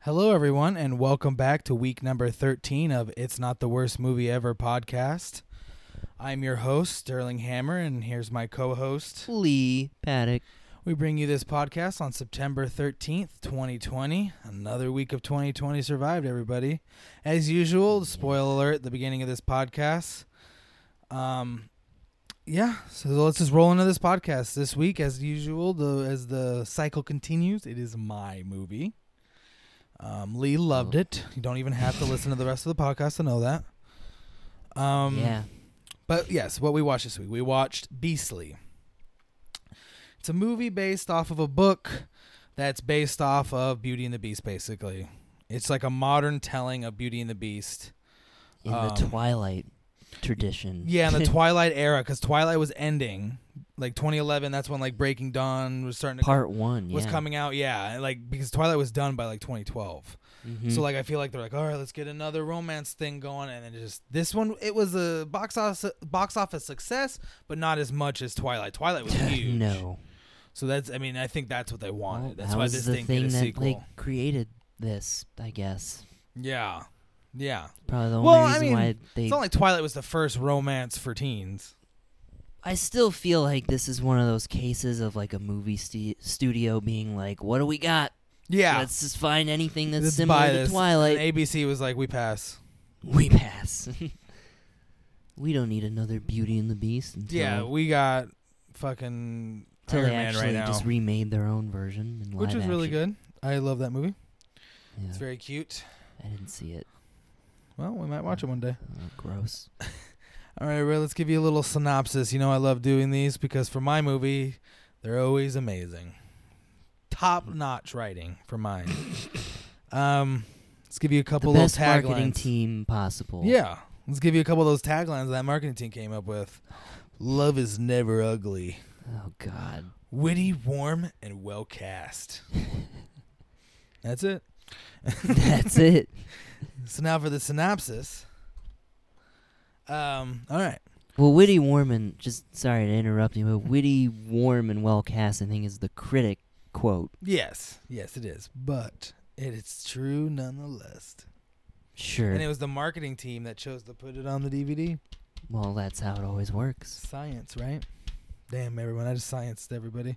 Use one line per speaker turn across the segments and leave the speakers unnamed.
Hello, everyone, and welcome back to week number 13 of It's Not the Worst Movie Ever podcast. I'm your host, Sterling Hammer, and here's my co host.
Lee Paddock.
We bring you this podcast on September 13th, 2020. Another week of 2020 survived, everybody. As usual, spoiler alert at the beginning of this podcast. Um, yeah, so let's just roll into this podcast. This week, as usual, the as the cycle continues, it is my movie. Um, Lee loved it. You don't even have to listen to the rest of the podcast to know that. Um,
yeah.
but yes, what we watched this week, we watched Beastly. It's a movie based off of a book that's based off of Beauty and the Beast, basically. It's like a modern telling of Beauty and the Beast.
In
um,
the Twilight tradition.
Yeah, in the Twilight era, because Twilight was ending, like 2011. That's when like Breaking Dawn was starting to
Part one. Yeah.
was coming out. Yeah, and, like because Twilight was done by like 2012.
Mhm.
So like I feel like they're like, all right, let's get another romance thing going, and then just this one, it was a box office box office success, but not as much as Twilight. Twilight was huge.
no.
So that's I mean I think that's what they wanted.
Well,
that's
that
why
was
this
the
thing,
thing
did a
that
sequel.
like created this. I guess
yeah, yeah.
probably the
Well, I
only reason
mean,
why they.
It's not like Twilight was the first romance for teens.
I still feel like this is one of those cases of like a movie stu- studio being like, "What do we got?
Yeah,
Let's just find anything that's
Let's
similar
buy
to
this.
Twilight.
And ABC was like, we pass.
we pass. we don't need another Beauty and the Beast." Until
Yeah, we got fucking
till
Iron
they
Man
actually
right now,
just remade their own version, in
which
live
is really
action.
good. I love that movie.
Yeah.
It's very cute.
I didn't see it.
Well, we might watch it one day.
Oh, gross.
All right, Ray, let's give you a little synopsis. You know, I love doing these because for my movie, they're always amazing. Top
Mm.
notch writing for mine. um, let's give you a couple
the
of
best
those taglines.
marketing team possible.
Yeah. Let's give you a couple of those taglines that marketing team came up with. Love is never ugly.
Oh God.
Witty, warm, and well cast. That's it.
That's it.
So now for the synopsis. Um, all right.
Well, Witty Warman. Just sorry to interrupt you, but Witty Warm and well cast. I think is the critic quote.
Yes. Yes, it is. But it is true nonetheless.
Sure.
And it was the marketing team that chose to put it on the DVD.
well, that's how it always works.
Science, right? Damn, everyone. I just scienced everybody.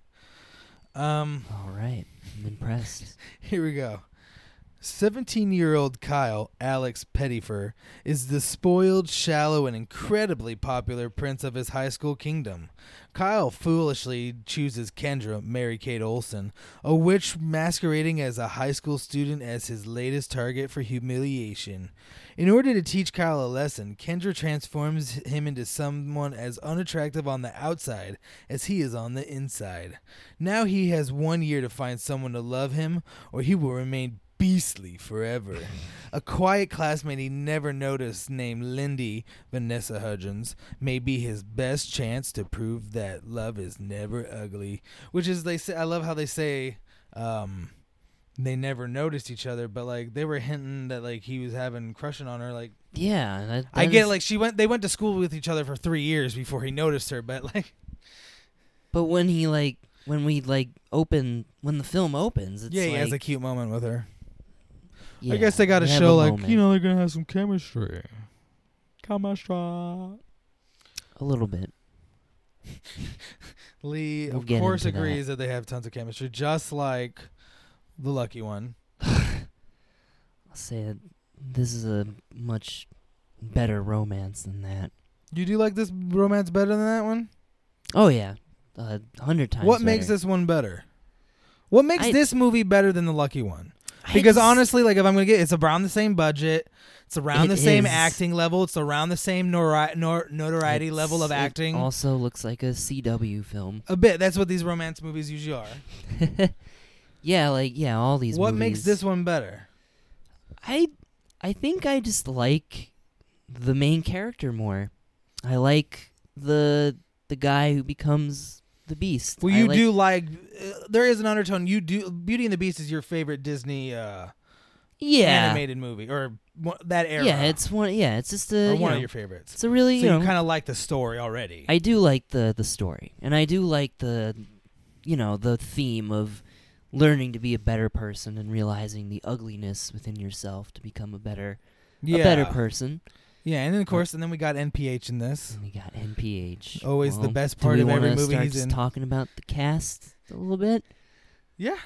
Um,
All right. I'm impressed.
Here we go. 17 year old Kyle Alex Pettifer is the spoiled, shallow, and incredibly popular prince of his high school kingdom. Kyle foolishly chooses Kendra, Mary Kate Olsen, a witch masquerading as a high school student, as his latest target for humiliation. In order to teach Kyle a lesson, Kendra transforms him into someone as unattractive on the outside as he is on the inside. Now he has one year to find someone to love him, or he will remain beastly forever. A quiet classmate he never noticed, named Lindy Vanessa Hudgens, may be his best chance to prove that love is never ugly. Which is, they say, I love how they say, um, they never noticed each other, but like they were hinting that like he was having crushing on her. Like
Yeah. That,
I
that
get,
is-
like she went, they went to school with each other for three years before he noticed her, but like
But when he like when we like open when the film opens, it's
yeah,
like,
he has a cute moment with her.
yeah,
I guess they got to
we have a
show like
moment.
you know they're gonna have some chemistry. Chemistry.
a little bit.
Lee
We'll
of
get
course
into that.
agrees that. they have tons of chemistry, just like the lucky one.
I'll say that this is a much better romance than that.
You do like this romance better than that one?
Oh yeah, a hundred times.
what makes
better.
this one better? What makes
I-
this movie better than the lucky one?
I
Because
just-
honestly, like if I'm gonna get, it's around the same budget, it's around
It
the same
is.
acting level, it's around the same nori- nor- notoriety level of
it's- it
acting.
also looks like a CW film.
a bit. That's what these romance movies usually are.
yeah, like yeah, all these.
what makes
movies.
this one better?
I, I think I just like the main character more. I like the the guy who becomes the beast.
Well,
I
you
like-
do like. Uh, there is an undertone. You do. Beauty and the Beast is your favorite Disney uh,
Yeah.
animated movie, or one- that era.
Yeah, it's one. Yeah, it's just a.
or
you
one
know,
of your favorites.
It's a really.
So
you
you
know,
kind of like the story already.
I do like the the story, and I do like the, you know, the theme of learning to be a better person and realizing the ugliness within yourself to become a better
yeah.
a better uh, person.
Yeah, and then of course, and then we got NPH in this.
And we got NPH.
Always the
Well,
best
do
part
we
of every
wanna
movie
start
he's
just
in.
talking about the cast a little bit.
Yeah.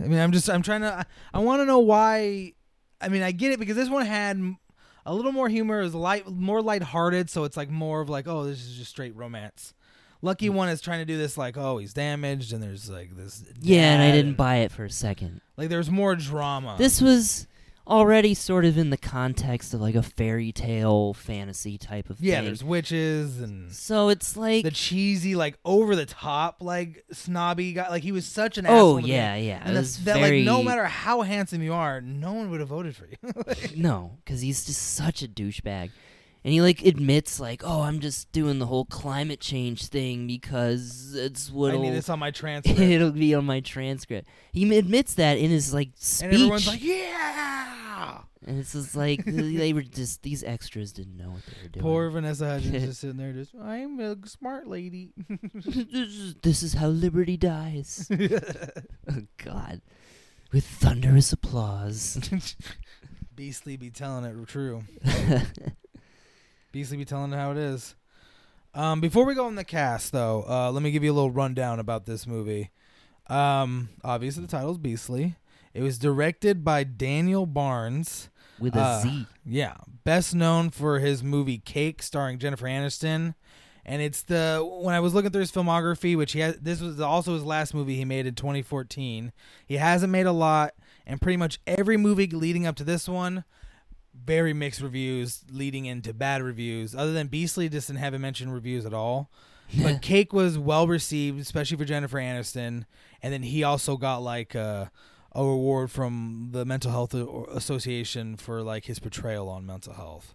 I mean, I'm just I'm trying to I, I want to know why I mean, I get it because this one had m- a little more humor, is light more lighthearted, so it's like more of like, oh, this is just straight romance.
Mm.
Lucky one is trying to do this like, oh, he's damaged and there's like this
Yeah, and I
dad
didn't buy it for a second.
Like there's more drama.
This was already sort of in the context of like a fairy tale fantasy type of
Yeah,
thing.
there's witches and
so it's like
the cheesy like over the top like snobby guy like he was such an asshole
Oh
to be-
yeah, yeah.
and
it
that's
was
that
very
like no matter how handsome you are no one would have voted for you
no, because he's just such a douchebag, and he like admits like, oh, I'm just doing the whole climate change thing because it's
i
what'll
need this on my transcript
it'll be on my transcript. He m- admits that in his like speech,
And everyone's like, yeah.
And it's just like they were just these extras didn't know what they were doing.
Poor Vanessa Hudgens just sitting there, just I'm a smart lady.
this, is, this is how liberty dies.
Beastly
oh God, with thunderous applause.
be telling it true. Beastly be telling it how it is. Um, before we go on the cast, though, uh, let me give you a little rundown about this movie. Um, obviously, the title's Beastly. It was directed by Daniel Barnes.
with a Z.
Uh, Yeah, best known for his movie Cake, starring Jennifer Aniston, and it's the when I was looking through his filmography, which he has. This was also his last movie he made in 2014. He hasn't made a lot, and pretty much every movie leading up to this one, very mixed reviews, leading into bad reviews. Other than Beastly, just didn't have him mention reviews at all. But Cake was well received, especially for Jennifer Aniston, and then he also got like a, a reward from the Mental Health A- Association for like his portrayal on mental health.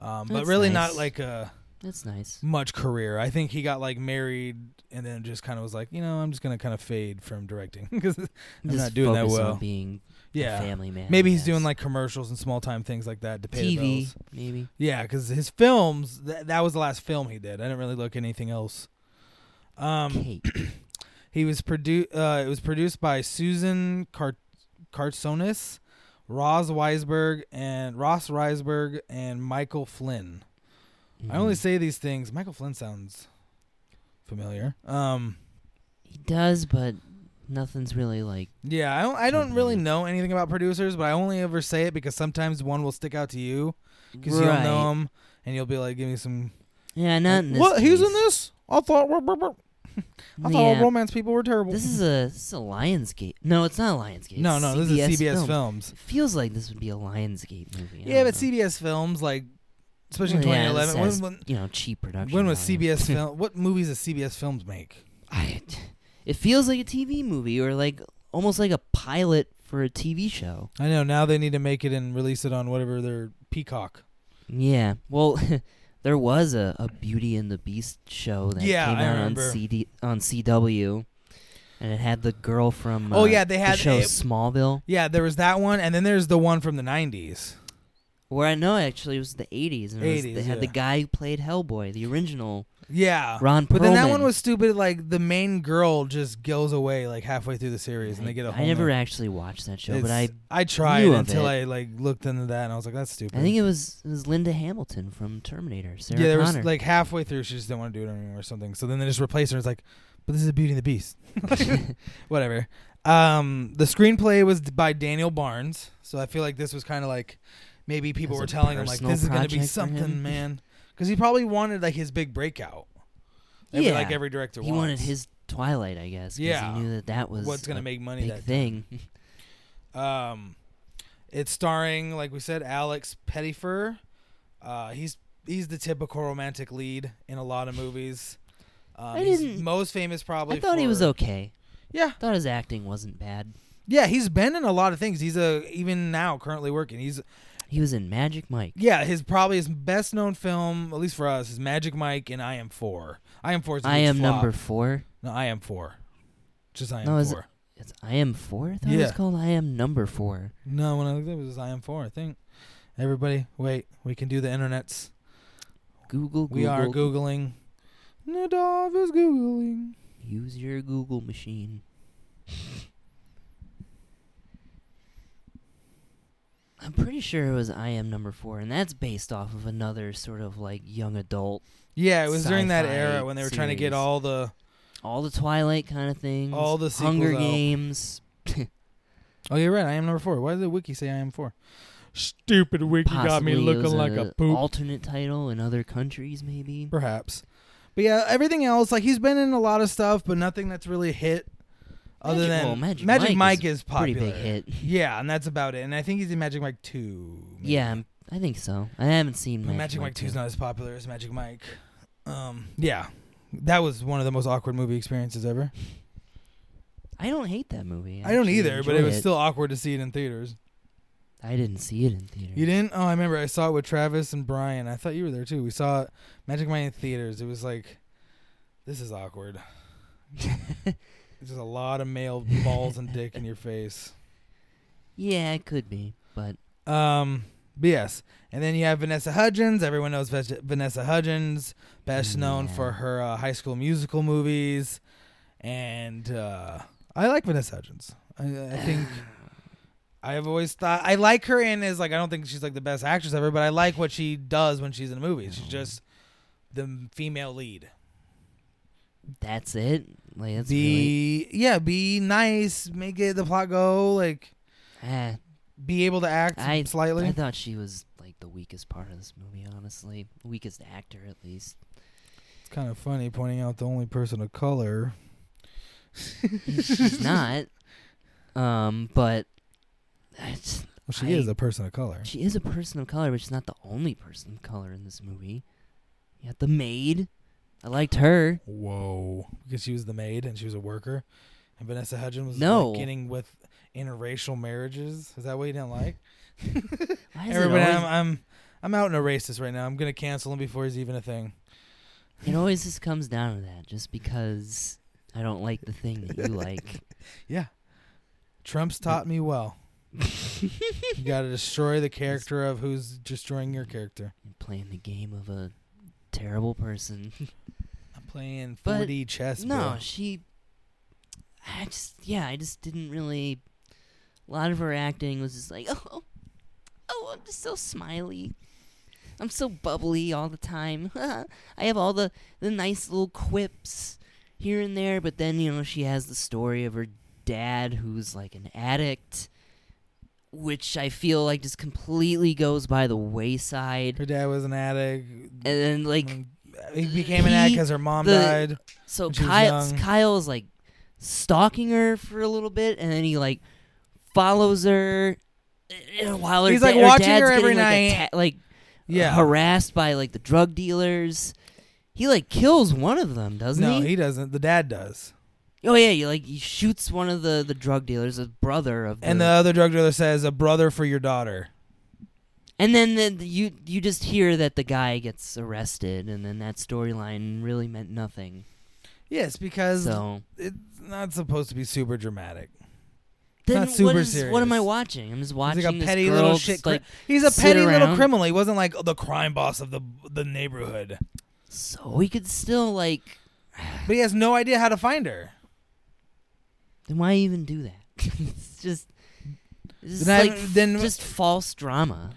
Um, but
That's
really
nice.
not like a
That's nice.
much career. I think he got like married and then just kind of was like, you know, I'm just gonna kind of fade from directing because I'm
Just
not doing that
focus on
well.
being a
yeah,
family man.
maybe
I
he's doing
guess.
like commercials and small time things like that to pay the
TV,
bills.
maybe.
Yeah, because his films th- that was the last film he did. I didn't really look anything else. Um,
Kate.
he was produced. Uh, it was produced by Susan Cart- Cartsonis, Ross Weisberg, and Ross Reisberg and Michael Flynn. I only
Mhm.
say these things. Michael Flynn sounds familiar. Um,
he does, but nothing's really like
yeah, I don't. I don't really
Mm-hmm.
know anything about producers, but I only ever say it because sometimes one will stick out to you because you don't know
Right.
him, and you'll be like, "Give me some."
Yeah, not in this.
what? He's in
case.
this? I thought. I thought
yeah.
all romance people were terrible.
This is a this is a Lionsgate. No, it's not a Lionsgate.
no, no.
it's
This
a CBS
is CBS
film.
Films.
It feels like this would be a Lionsgate movie. I
Yeah,
don't
but
know.
CBS Films, like especially in
Well, yeah, it
2011,
says
when,
you know cheap
when,
production.
when was
value.
CBS film? What movies does CBS Films make?
I, it feels like a TV movie or like almost like a pilot for a TV show.
I know now they need to make it and release it on whatever their Peacock.
Yeah. Well, there was a, a Beauty and the Beast show that
Yeah,
came
I
out on
remember.
CD on CW, and it had the girl from
Oh,
uh,
yeah, they
the
had
show
it-
Smallville.
Yeah, there was that one, and then there's the one from the 90s.
Where I know actually it was the '80s, and it was-
80s,
they had the
yeah.
guy who played Hellboy, the original
Yeah.
Ron Perlman.
Uh, But then that one was stupid. Like the main girl just goes away like halfway through the series, and they get a
I
whole
never
new-
actually watched that show, but I
It's- I tried
knew of
until
it.
I like looked into that, and I was like, that's stupid.
I think it was it was Linda Hamilton from Terminator. Sarah
yeah, there
Connor.
was like halfway through, she just didn't want to do it anymore or something. So then they just replaced her. It's like, but this is Beauty and the Beast. Whatever. Um, the screenplay was d- by Daniel Barnes, so I feel like this was kind of like maybe people
As
were
a
telling him like
personal
this is gonna be
project for
something,
him?
man, because he probably wanted like his big breakout. Every,
yeah,
like every director
he
wants.
wanted his Twilight, I guess. 'cause
Yeah.
he knew that that was
what's gonna
a
make money.
big
That
thing.
Um, it's starring, like we said, Alex Pettyfer. Uh, he's he's the typical romantic lead in a lot of movies. Um,
I
he's
didn't-
most famous probably.
I thought he was
for-
okay.
Yeah,
Thought his acting wasn't bad.
yeah. He's been in a lot of things. He's a even now currently working. He's
He was in Magic Mike.
yeah. His probably his best known film, at least for us, is Magic Mike and I Am Four. I Am Four is a
I
huge
am
flop.
number four.
No, I Am Four. Just I Am
No, is it-
Four.
It's I am four. I thought it was
Yeah.
called I am number four.
No, when I looked at it, it was I Am Four. I think everybody, wait, we can do the internets.
Google, Google.
We are googling. Nadav is googling.
Use your Google machine. I'm pretty sure it was I Am Number Four, and that's based off of another sort of like young adult,
Yeah, it was during that
Sci-fi
era when they were trying to get
series.
all the.
all the Twilight kind of things,
All the
Hunger
sequels out.
Games,
Oh, you're right. I am number four. Why did the wiki say I am four? Stupid wiki got
possibly
me
it
looking
was
like a poop.
alternate title in other countries, maybe.
Perhaps. But yeah, everything else, like he's been in a lot of stuff, but nothing that's really hit. Other
Magic-
than
well, Magic
Magic
Mike
Mike,
is
is,
Pretty
popular.
big hit.
Yeah, and that's about it. And I think he's in Magic Mike two. maybe.
Yeah, I'm- I think so. I haven't seen
But
Magic,
Magic,
Mike,
Mike 2 is not as popular as Magic Mike. Um, yeah, that was one of the most awkward movie experiences ever.
I don't hate that movie.
I don't
actually
either, but
enjoy
it was still awkward to see it in theaters.
I didn't see it in theaters.
You didn't? Oh, I remember. I saw it with Travis and Brian. I thought you were there too. We saw it Magic Mike in theaters. It was like, this is awkward. There's just a lot of male balls and dick in your face.
Yeah, it could be, but
Um, but yes, and then you have Vanessa Hudgens. Everyone knows Ves- Vanessa Hudgens, best known
Yeah.
for her uh, High School Musical movies, and uh, I like Vanessa Hudgens. I, I think I have always thought I like her in is like I don't think she's like the best actress ever, but I like what she does when she's in a movie. She's just the female lead.
that's it. Like that's really
be yeah, be nice, make it the plot go like.
ah,
Be able to act
I-
slightly.
I thought she was like the weakest part of this movie, honestly. Weakest actor at least.
It's kind of funny pointing out the only person of color.
She's not. Um, but that's-
Well, she
I-
is a person of color.
she is a person of color, but she's not the only person of color in this movie. You got the maid. I liked her.
Whoa, because she was the maid and she was a worker, and Vanessa Hudgens was
No.
like getting with interracial marriages. Is that what you didn't like?
Why is it
Everybody,
always-
I'm, I'm I'm out in a racist right now. I'm gonna cancel him before he's even a thing.
It always just comes down to that. Just because I don't like the thing that you like.
Yeah, Trump's taught me well. you got to destroy the character of who's destroying your character.
You're playing the game of a terrible person.
I'm playing
But-
4D chess.
no,
bro.
she. I just yeah, I just didn't really. A lot of her acting was just like oh, oh, I'm just so smiley. I'm so bubbly all the time. I have all the the nice little quips here and there, but then you know she has the story of her dad who's like an addict, which I feel like just completely goes by the wayside.
her dad was an addict.
And then like
Mm, he became an addict
he-
because her mom
the-
died.
So
when she was
Kyle,
young.
Kyle's like stalking her for a little bit, and then he like follows her uh, uh, while her
He's,
da-
like,
her
watching
dad's
her every
getting, like,
night.
atta- like
Yeah.
harassed by like the drug dealers. He like kills one of them, doesn't
no,
he?
he doesn't. The dad does.
Oh yeah, he like he shoots one of the the drug dealers, a brother of
And the other drug dealer says, "A brother for your daughter."
And then the, the- you you just hear that the guy gets arrested, and then that storyline really meant nothing.
Yes, because
So
it's not supposed to be super dramatic.
then
super
what, is, what am I
serious.
watching? I'm just
He's
watching
like a
this
petty
girl
little
just,
shit.
like,
cri- He's a
sit
petty little
around.
criminal. He wasn't like the crime boss of the the neighborhood,
So he could still like.
but he has no idea how to find her.
Then why even do that? it's just. It's just
Then I-
like f-
then-
just false drama.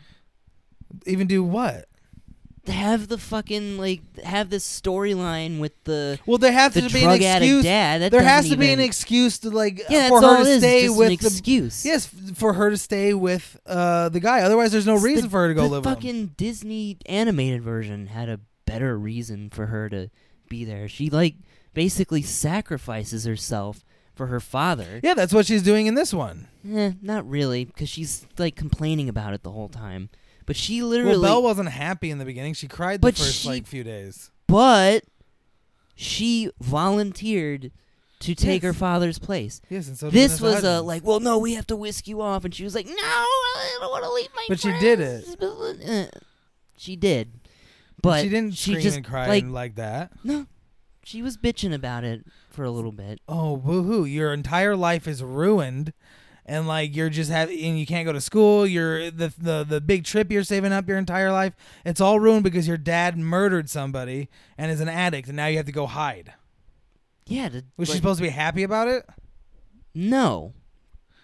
Even do what?
Have the fucking like have this storyline with the
Well, there has
the
to be an
drug addict
excuse.
dad. That
There has to
doesn't
be an
even-
excuse to like
Yeah,
for
that's all
her
it
to
is.
stay
just
with
an
the
excuse.
yes f- for her to stay with uh, the guy. Otherwise, there's no
It's the-
reason for her to go
the
live with him.
fucking Disney animated version had a better reason for her to be there. She like basically sacrifices herself for her father.
Yeah, that's what she's doing in this one.
Eh, not really, because she's like complaining about it the whole time. But she literally
Well, Belle wasn't happy in the beginning. She cried the
But
first
she-
like few days.
but she volunteered to take
Yes.
her father's place.
Yes, and so did
this
Vanessa
was a
Hudgens.
like, well, no, we have to whisk you off, and she was like, no, I don't want to leave my.
But she did
friends." Eh, She did,
And
but
she didn't scream
just
and cry
like
and like that.
no, she was bitching about it for a little bit.
Oh, woohoo! Your entire life is ruined, and like you're just having, and you can't go to school. You're the the the big trip you're saving up your entire life. It's all ruined because your dad murdered somebody and is an addict, and now you have to go hide.
Yeah, to,
Was she
like,
supposed to be happy about it?
no,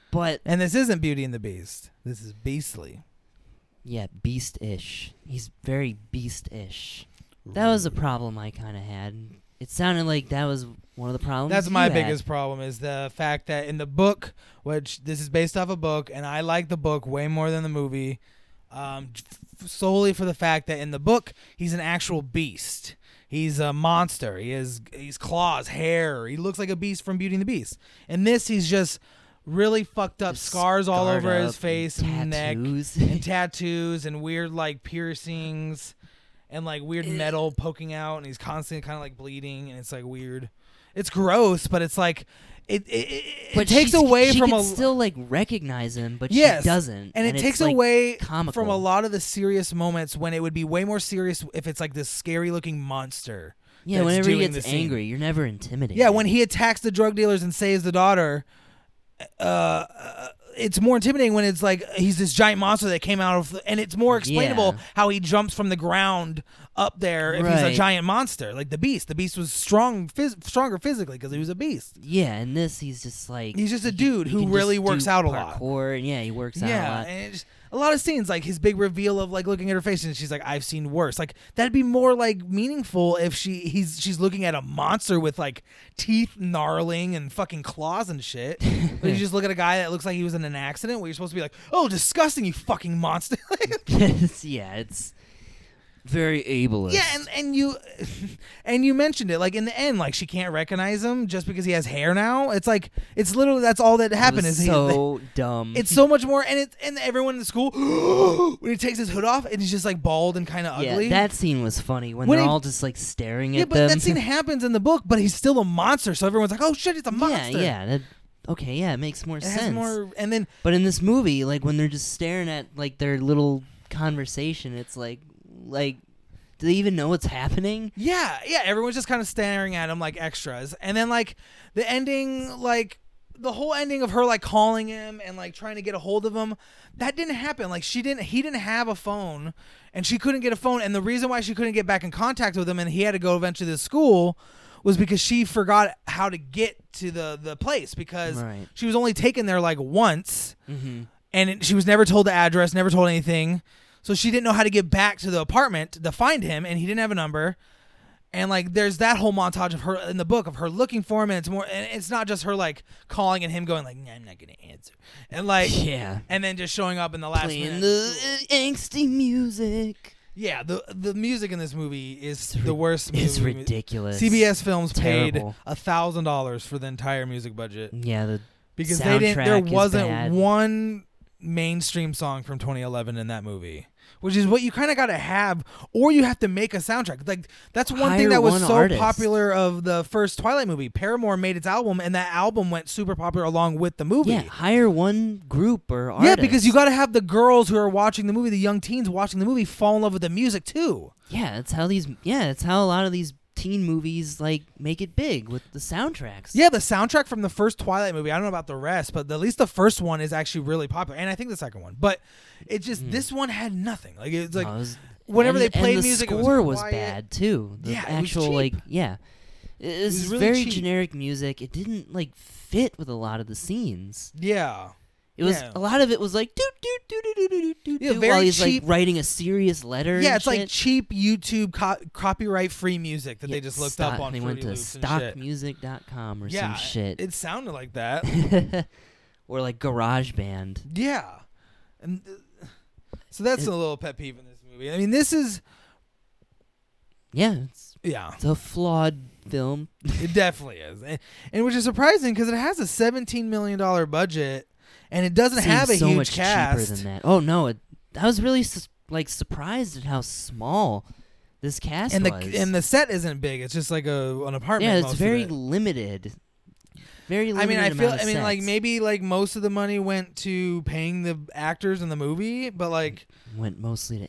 but
And this isn't Beauty and the Beast. This is Beastly.
Yeah, beast-ish. He's very beast-ish. That was a problem I kind of had. It sounded like that was one of the problems.
That's my
you had.
biggest problem is the fact that in the book, which this is based off a book, and I like the book way more than the movie, um, f- solely for the fact that in the book he's an actual beast. He's a monster. He has he's claws, hair. He looks like a beast from Beauty and the Beast. In this, he's just really fucked up,
Just
scars all
scarred
over
up
his face and neck,
tattoos.
and tattoos and weird like piercings and like weird metal poking out and he's constantly kind of like bleeding and it's like weird it's gross but it's like it it, it, it takes
she's-
away
she
from
can
a
still like recognize him, but
Yes,
she doesn't.
and it
it's,
takes
like,
away
comical.
from a lot of the serious moments when it would be way more serious if it's like this scary looking monster
Yeah,
that's
whenever he
doing the
gets
scene.
angry, you're never intimidated.
yeah when he attacks the drug dealers and saves the daughter uh, uh it's more intimidating when it's like he's this giant monster that came out of the, and it's more explainable
Yeah.
how he jumps from the ground up there if he's a
Right.
giant monster like the beast the beast was strong phys- stronger physically because he was a beast
yeah, in this he's just like
He's just a
he can-
dude
he
who
can just
really works
do
out a lot.
parkour, and yeah, he works
yeah
out a lot.
and it's a lot of scenes like his big reveal of like looking at her face and she's like i've seen worse like that'd be more like meaningful if she he's she's looking at a monster with like teeth gnarling and fucking claws and shit but you just look at a guy that looks like he was in an accident where you're supposed to be like oh disgusting you fucking monster
yeah, it's very ableist.
yeah and, and you and you mentioned it like in the end like she can't recognize him just because he has hair now it's like it's literally that's all that
It
happened
was
is he-
so dumb.
It's so much more, and it and everyone in the school when he takes his hood off, and he's just like bald and kind of
yeah,
ugly.
that scene was funny when,
When
they're
he-
all just like staring
yeah,
at
but
them.
that scene happens in the book, but he's still a monster, so everyone's like, "Oh shit, it's a monster."
yeah, yeah. That, okay, yeah, it makes more
it
sense.
has more. And then
But in this movie, like when they're just staring at like their little conversation, it's like like do they even know what's happening?
yeah, yeah, everyone's just kind of staring at him like extras, and then like the ending, like the whole ending of her like calling him and like trying to get a hold of him, that didn't happen. Like she didn't, he didn't have a phone, and she couldn't get a phone, and the reason why she couldn't get back in contact with him, and he had to go eventually to school. Was because she forgot how to get to the the place because
Right.
she was only taken there like once,
Mm-hmm.
and it, she was never told the address, never told anything. So she didn't know how to get back to the apartment to find him, and he didn't have a number. And like, there's that whole montage of her in the book of her looking for him, and it's more, and it's not just her like calling and him going like, nah, "I'm not gonna answer," and like,
Yeah.
and then just showing up in the last
Playing
minute.
the uh, angsty music.
yeah, the the music in this movie is the worst.
It's
movie.
ridiculous.
CBS Films paid
Terrible.
a thousand dollars for the entire music budget
Yeah, the
because they didn't. There
Soundtrack is
wasn't
bad.
one mainstream song from 2011 in that movie, which is what you kind of got to have, or you have to make a soundtrack. Like that's one thing
Hire
that was
one
so
artist.
popular of the first Twilight movie. Paramore made its album, and that album went super popular along with the movie.
yeah hire one group or artist.
Yeah, because you got to have the girls who are watching the movie, the young teens watching the movie, fall in love with the music too.
yeah, that's how these yeah, that's how a lot of these teen movies like make it big with the soundtracks.
Yeah, the soundtrack from the first Twilight movie. I don't know about the rest, but at least the first one is actually really popular, and I think the second one. But it just
Hmm.
this one had nothing. Like it's like
No, it was-
whenever
and-
they played
and the
music, it was
score was,
quiet.
bad too. The
Yeah, it was
actual
cheap.
like yeah, it, it was
was really
very
cheap.
generic music. It didn't like fit with a lot of the scenes.
Yeah.
It was
Yeah.
a lot of it was like doot doot doot doot doot doot doot
Yeah,
doot while
very
he's
cheap.
like writing a serious letter.
Yeah,
and
it's like
shit.
cheap YouTube co- copyright free music that
Yeah,
they just looked
stock,
up on.
They
Fruity
went to
Loops and shit.
stockmusic.com or
yeah,
some shit,
It sounded like that.
or like GarageBand.
yeah. And uh, so that's
It-
a little pet peeve in this movie. I mean, this is
Yeah, it's,
yeah,
it's a flawed film.
it definitely is. And, and which is surprising cuz it has a 17 million dollar budget and it doesn't
Seems
have a
so
huge
much
cast.
cheaper than that. Oh no, it, I was really sus- like surprised at how small this cast
And the
was.
and the set isn't big. It's just like a an apartment.
yeah,
most
it's
of
very
it.
limited. Very
I
limited.
mean, I feel.
amount
I
of
mean, like
sets.
maybe like most of the money went to paying the actors in the movie, but like
went mostly to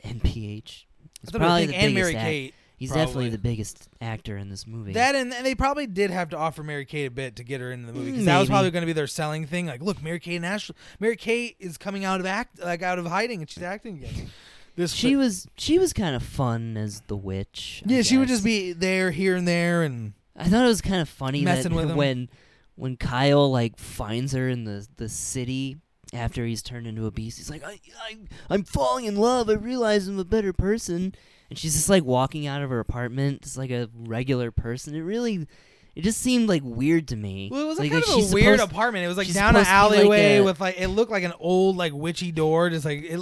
I thought
NPH. He's
it was
probably
big-
the
and
biggest
Mary
act-
Kate.
He's
probably.
definitely the biggest actor in this movie.
That and, and they probably did have to offer Mary Kate a bit to get her into the movie because
Mm,
that was
maybe.
probably going to be their selling thing. Like, look, Mary Kate and Ashley. Mary Kate is coming out of act like out of hiding and she's acting again. This
she was she was kind of fun as the witch. I
yeah, she would
guess.
just be there, here, and there, and
I thought it was kind of funny that
Messing with 'em.
when when Kyle like finds her in the the city after he's turned into a beast, he's like, I, I, I'm falling in love. I realize I'm a better person. And she's just like walking out of her apartment, just like a regular person. It really, it just seemed like weird to me.
Well, it was
like,
like, kind
like,
of
she's
a weird
supposed-
apartment. It was like
she's
down an
supposed to be, like,
alleyway
a-
with like it looked like an old like witchy door. Just like it,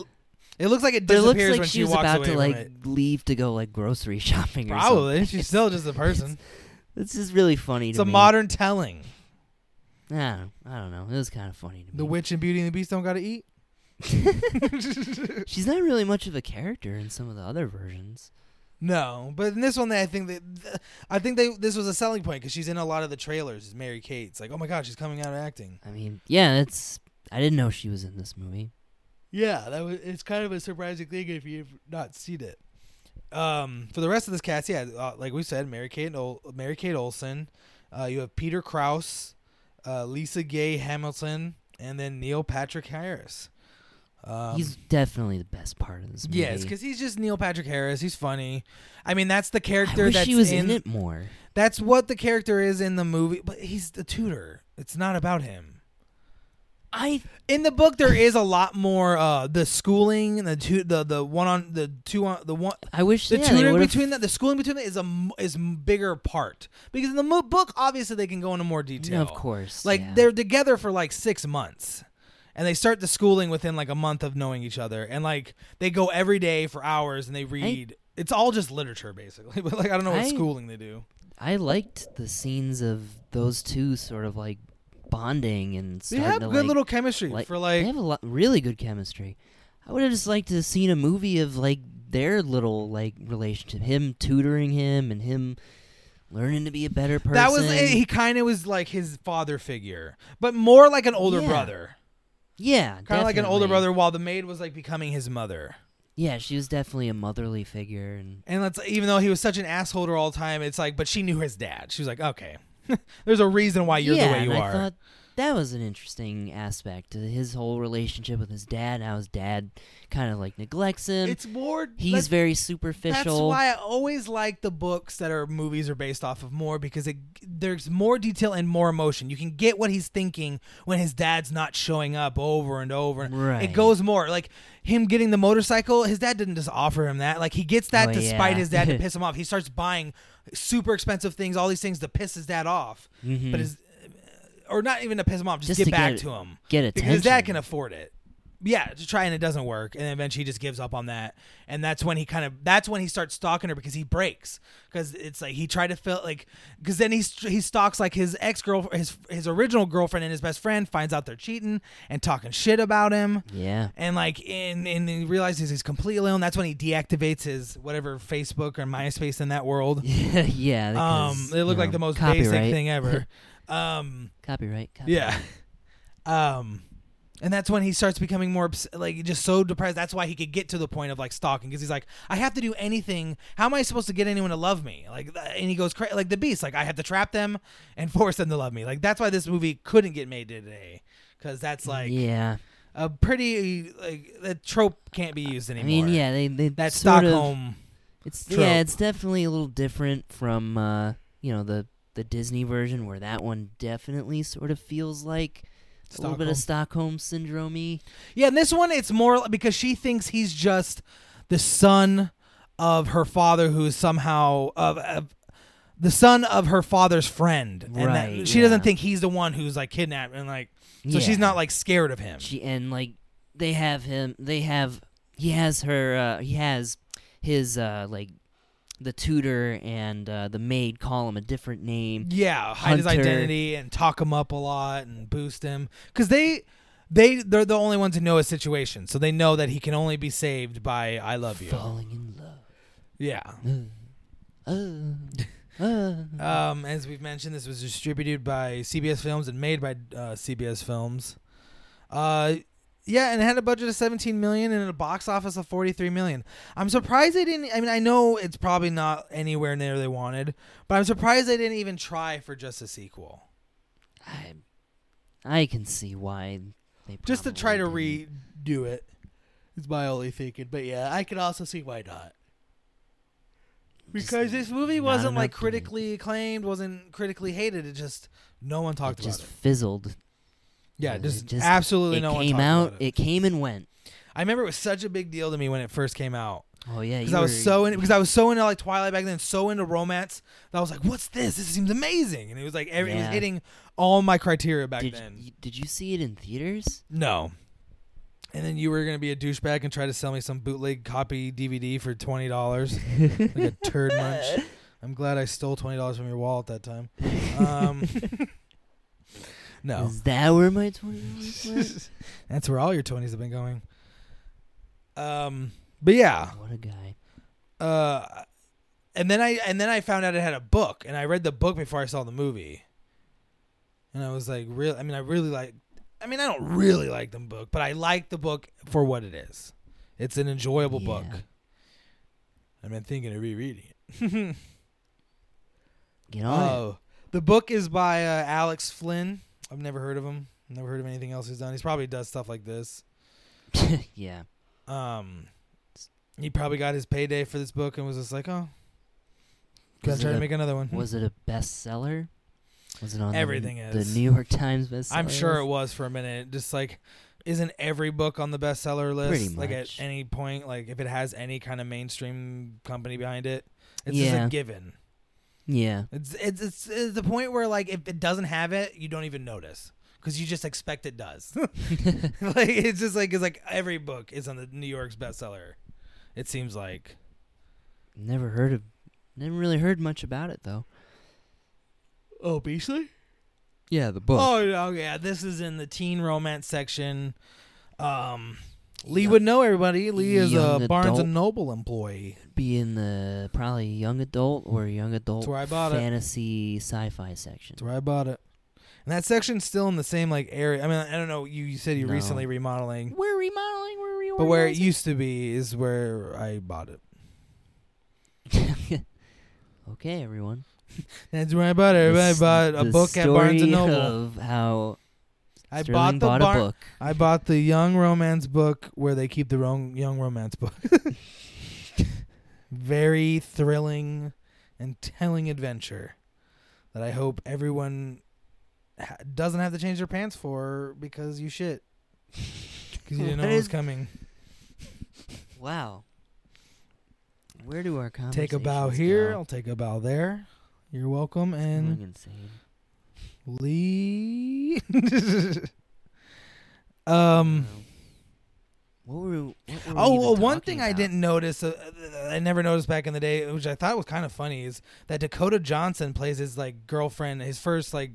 it looks like it
It looks
disappears
like
when
she
she
was
walks
about
away
to
from
like
it.
leave to go like grocery shopping. or something.
Probably, she's still just a person.
This is really funny
It's
to
a
me.
modern telling.
I don't, I don't know. It was kind of funny to me.
The witch and Beauty and the Beast don't got to eat.
She's not really much of a character in some of the other versions.
No, but in this one, they, I think that I think they this was a selling point because she's in a lot of the trailers. Is Mary Kate? It's like, oh my god, she's coming out of acting.
I mean, yeah, it's. I didn't know she was in this movie.
Yeah, that was. It's kind of a surprising thing if you've not seen it. Um, for the rest of this cast, yeah, uh, like we said, Mary Kate, Ol- Mary Kate Olsen. Uh, you have Peter Krause, uh, Lisa Gay Hamilton, and then Neil Patrick Harris. Um,
He's definitely the best part of this movie.
yes, because he's just Neil Patrick Harris. He's funny. I mean, that's the
I
character
wish
that's
he was
in
in it more.
That's what the character is in the movie, but he's the tutor. It's not about him.
I
In the book, there is a lot more uh, the schooling and the two, the the one on the two on the one.
I wish
The
yeah, they
tutoring
would've-
between that, the schooling between that is a m- is m- bigger part because in the mo- book, obviously they can go into more detail.
No, of course,
like
yeah.
they're together for like six months, and they start the schooling within like a month of knowing each other, and like they go every day for hours and they read. it's all just literature basically, but like I don't know what
I-
schooling they do.
I liked the scenes of those two sort of like bonding and
They
starting
have
to,
good
like,
little chemistry
like-
for like
they have a lot really good chemistry. I would have just liked to have seen a movie of like their little like relationship, him tutoring him and him learning to be a better person.
That was he kind of was like his father figure, but more like an older
Yeah.
brother,
yeah,
kind of like an older
definitely.
brother, while the maid was like becoming his mother.
Yeah, she was definitely a motherly figure, and
And that's even though he was such an asshole to her all the time, it's like, but she knew his dad. She was like, okay, there's a reason why you're
yeah,
the way you
and
are.
I thought that was an interesting aspect to his whole relationship with his dad. How his dad kind of like neglects him.
it's more.
um, He's
that's-
very
That's
superficial.
why I always like the books that are movies are based off of more because it, there's more detail and more emotion. You can get what he's thinking when his dad's not showing up over and over. It
Right.
goes more like him getting the motorcycle. His dad didn't just offer him that. Like he gets that
Oh,
despite
yeah.
his dad to piss him off. He starts buying super expensive things, all these things to piss his dad off.
Mhm.
But his or not even to piss him off, just,
Just
get
to
back
get-
to him
Get
because
attention.
his dad can afford it. Yeah, to try and it doesn't work, and eventually he just gives up on that, and that's when he kind of that's when he starts stalking her because he breaks because it's like he tried to fill like because then he st- he stalks like his ex girl his his original girlfriend and his best friend finds out they're cheating and talking shit about him.
yeah.
And like, and and he realizes he's completely alone. That's when he deactivates his whatever Facebook or MySpace in that world.
yeah.
Um,
because,
it looked
you
like
know,
the most
copyright,
basic thing ever. um,
Copyright. copyright.
yeah. Um, and that's when he starts becoming more obs- like just so depressed. That's why he could get to the point of like stalking because he's like, I have to do anything. How am I supposed to get anyone to love me? Like, th- and he goes cra- like the beast. Like I have to trap them and force them to love me. Like that's why this movie couldn't get made today because that's like
yeah.
a pretty like the trope can't be used
I
anymore.
mean, yeah. They they
that
sort of-
Stockholm.
It's
trope.
yeah. It's definitely a little different from uh, you know the the Disney version where that one definitely sort of feels like a little bit of Stockholm syndrome.
Yeah, and this one it's more because she thinks he's just the son of her father, who's somehow of, of the son of her father's friend, and that-
Right,
she doesn't
yeah.
think he's the one who's like kidnapped, and like so
Yeah.
she's not like scared of him.
She and like they have him. They have he has her. Uh, he has his uh like the tutor and uh, the maid call him a different name.
yeah, hide his
Hunter.
identity and talk him up a lot and boost him because they. They they're the only ones who know his situation, so they know that he can only be saved by "I love you."
Falling in love.
Yeah.
Uh, uh.
Um, as we've mentioned, this was distributed by CBS Films and made by uh, CBS Films. Uh, yeah, and it had a budget of 17 million and a box office of 43 million. I'm surprised they didn't. I mean, I know it's probably not anywhere near they wanted, but I'm surprised they didn't even try for just a sequel,
I, I can see why they
just to try to
probably didn't.
redo it. It's my only thinking, but yeah, I could also see why not.
Just
Because this movie
not
wasn't like
enough to me.
critically acclaimed, wasn't critically hated. It just no one talked
it
about
just
it.
fizzled.
Yeah,
It
just,
just-
absolutely
it
no one
came
talked
out.
about it.
It came and went.
I remember it was such a big deal to me when it first came out
Oh yeah,
because
you
I
were-
was so in, because I was so into like Twilight back then, so into romance that I was like, "What's this? This seems amazing!" And it was like every, it
Yeah.
was hitting all my criteria back
did,
then.
You, did you see it in theaters?
no. And then you were gonna be a douchebag and try to sell me some bootleg copy DVD for twenty dollars, like a turd munch. I'm glad I stole twenty dollars from your wallet that time. Um, no,
Is that where my twenty dollars went?
that's where all your twenties have been going. Um, but yeah,
what a guy.
uh, and then I and then I found out it had a book, and I read the book before I saw the movie, and I was like, really? I mean, I really like. I mean, I don't really like the book, but I like the book for what it is. It's an enjoyable book.
Yeah.
I've been thinking of rereading it.
Get on it.
oh, the book is by uh, Alex Flynn. I've never heard of him. Never heard of anything else he's done. He's probably does stuff like this.
yeah.
Um, he probably got his payday for this book and was just like, oh,
Was
gotta
it
try
a-
to make another one.
Was it a bestseller? Was it on the-
Everything
the,
is.
New York Times bestseller?
I'm sure it was for a minute. Just like, isn't every book on the bestseller list?
Pretty
Like at
much.
any point, like if it has any kind of mainstream company behind it, it's just
Yeah.
a given.
Yeah.
It's, it's it's it's the point where like if it doesn't have it, you don't even notice because you just expect it does. like it's just like it's like every book is on the New York's bestseller. It seems like
Never heard of. Never really heard much about it though.
oh Beasley.
Yeah, the book.
Oh, yeah, oh yeah, this is in the teen romance section. Um, Lee would know everybody. Lee is
Young
a Barnes
adult.
and Noble employee.
be in the probably young adult or young adult
That's where I bought it.
fantasy sci-fi section.
That's where I bought it. And that section's still in the same like area. I mean, I don't know. You, you said you
No.
recently remodeling,
We're remodeling. We're reorganizing.
but where it used to be is where I bought it.
okay, everyone.
That's where I bought it. Everybody
The s-
bought a
the
book at Barnes and
story
Noble.
Of how
I
Sterling
bought the
bought
Bar-
a book.
I bought the young romance book where they keep the wrong young romance book. Very thrilling and telling adventure that I hope everyone ha- doesn't have to change their pants for because you shit. Because you didn't know
What
it was
is-
coming.
Wow. Where do our conversations
Take a bow here.
go?
I'll take a bow there. You're welcome.
I'm
And
going insane. Mm-hmm.
Lee. um.
Wow. What were, we- what were we
Oh,
even
well, one
talking
thing I
about?
didn't notice, uh, uh, I never noticed back in the day, which I thought was kind of funny, is that Dakota Johnson plays his like girlfriend, his first like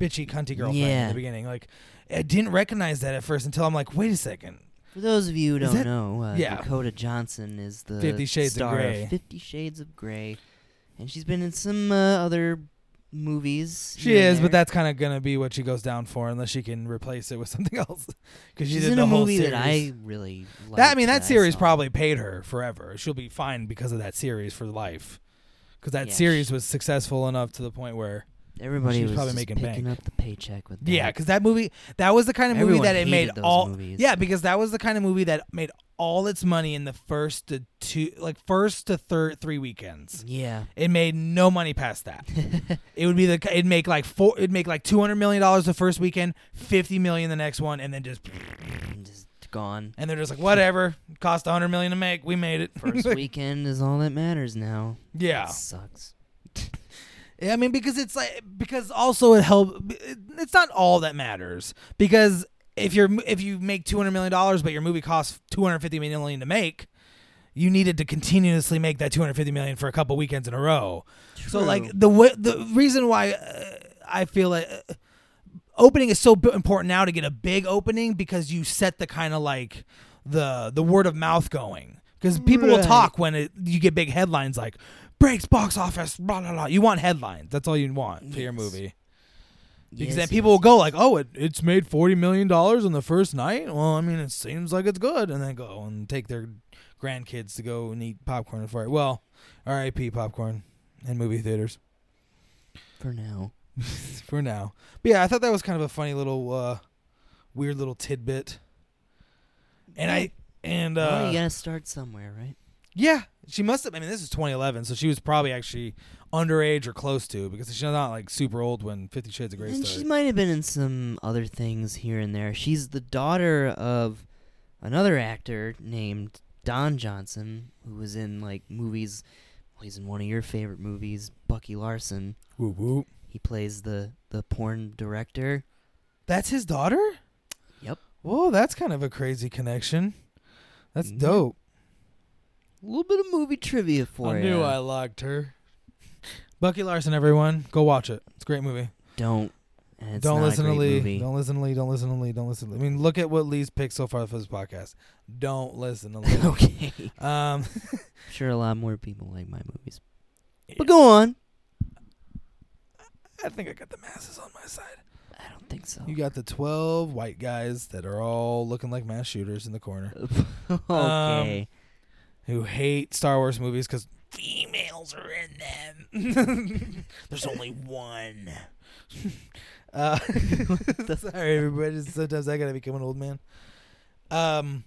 bitchy cunty girlfriend in
Yeah.
the beginning. Like, I didn't recognize that at first until I'm like, wait a second,
For those of you who
Is
don't
that-
know, uh,
Yeah.
Dakota Johnson is the
Fifty Shades of
star
Grey.
Fifty Shades of Grey, and she's been in some uh, other movies.
she
here and
is, but
there.
that's kind of gonna be what she goes down for unless she can replace it with something else. Because she
she's
did
in
the
a
whole
movie
series.
that I really. Liked,
that I mean, that series
saw.
probably paid her forever. She'll be fine because of that series for life. Because that
Yeah,
series
she-
was successful enough to the point where
everybody
she was
was
probably
just
making
picking
bank.
up the paycheck with. That.
Yeah, because that movie, that was the kind of movie
Everyone
that it made
hated those
all.
movies.
Yeah, because that was the kind of movie that made all its money in the first to two, like first to third three weekends.
yeah.
It made no money past that. it would be the it'd make like four, it'd make like two hundred million dollars the first weekend, fifty million the next one, and then just
And just gone.
and they're just like whatever, cost a hundred million to make, we made it
First weekend is all that matters now.
Yeah,
It sucks.
I mean, because it's like because also it help. It's not all that matters because if you're if you make two hundred million dollars, but your movie costs two hundred fifty million to make, you needed to continuously make that two hundred fifty million for a couple weekends in a row. So like the wa- the reason why uh, I feel like uh, opening is so b- important now to get a big opening because you set the kind of like the the word of mouth going because people will
Right.
talk when it, you get big headlines like breaks box office blah blah blah. You want headlines. That's all you want for your
Yes.
movie because
Yes,
then
yes,
people will go like, "Oh, it, it's made forty million dollars on the first night." Well, I mean, it seems like it's good, and then go and take their grandkids to go and eat popcorn for it. Well, R.I.P. popcorn and movie theaters
for now.
for now. But yeah, I thought that was kind of a funny little, uh, weird little tidbit. And I and uh,
Oh, well, you gotta start somewhere, right?
Yeah, she must have. I mean, this is 2011, so she was probably actually underage or close to because she's not like super old when Fifty Shades of Grey
And she
started.
might have been in some other things here and there. She's the daughter of another actor named Don Johnson, who was in like movies. Well, he's in one of your favorite movies, Bucky Larson.
Woo woo.
He plays the the porn director.
That's his daughter.
Yep.
Whoa, that's kind of a crazy connection. That's
Yeah.
dope.
A little bit of movie trivia for
I
you.
knew I liked her. Bucky Larson, everyone, go watch it. It's a great movie.
don't. and it's
don't
not a
listen to
great
Lee.
movie.
Don't listen to Lee. Don't listen to Lee. Don't listen. To Lee. I mean, look at what Lee's picked so far for this podcast. Don't listen to Lee.
okay.
um,
I'm sure a lot more people like my movies. But go on.
I think I got the masses on my side.
I don't think so.
You got the twelve white guys that are all looking like mass shooters in the corner
okay.
who hate Star Wars movies because females are in them. There's only one. uh, sorry, everybody. Sometimes I gotta become an old man. Um,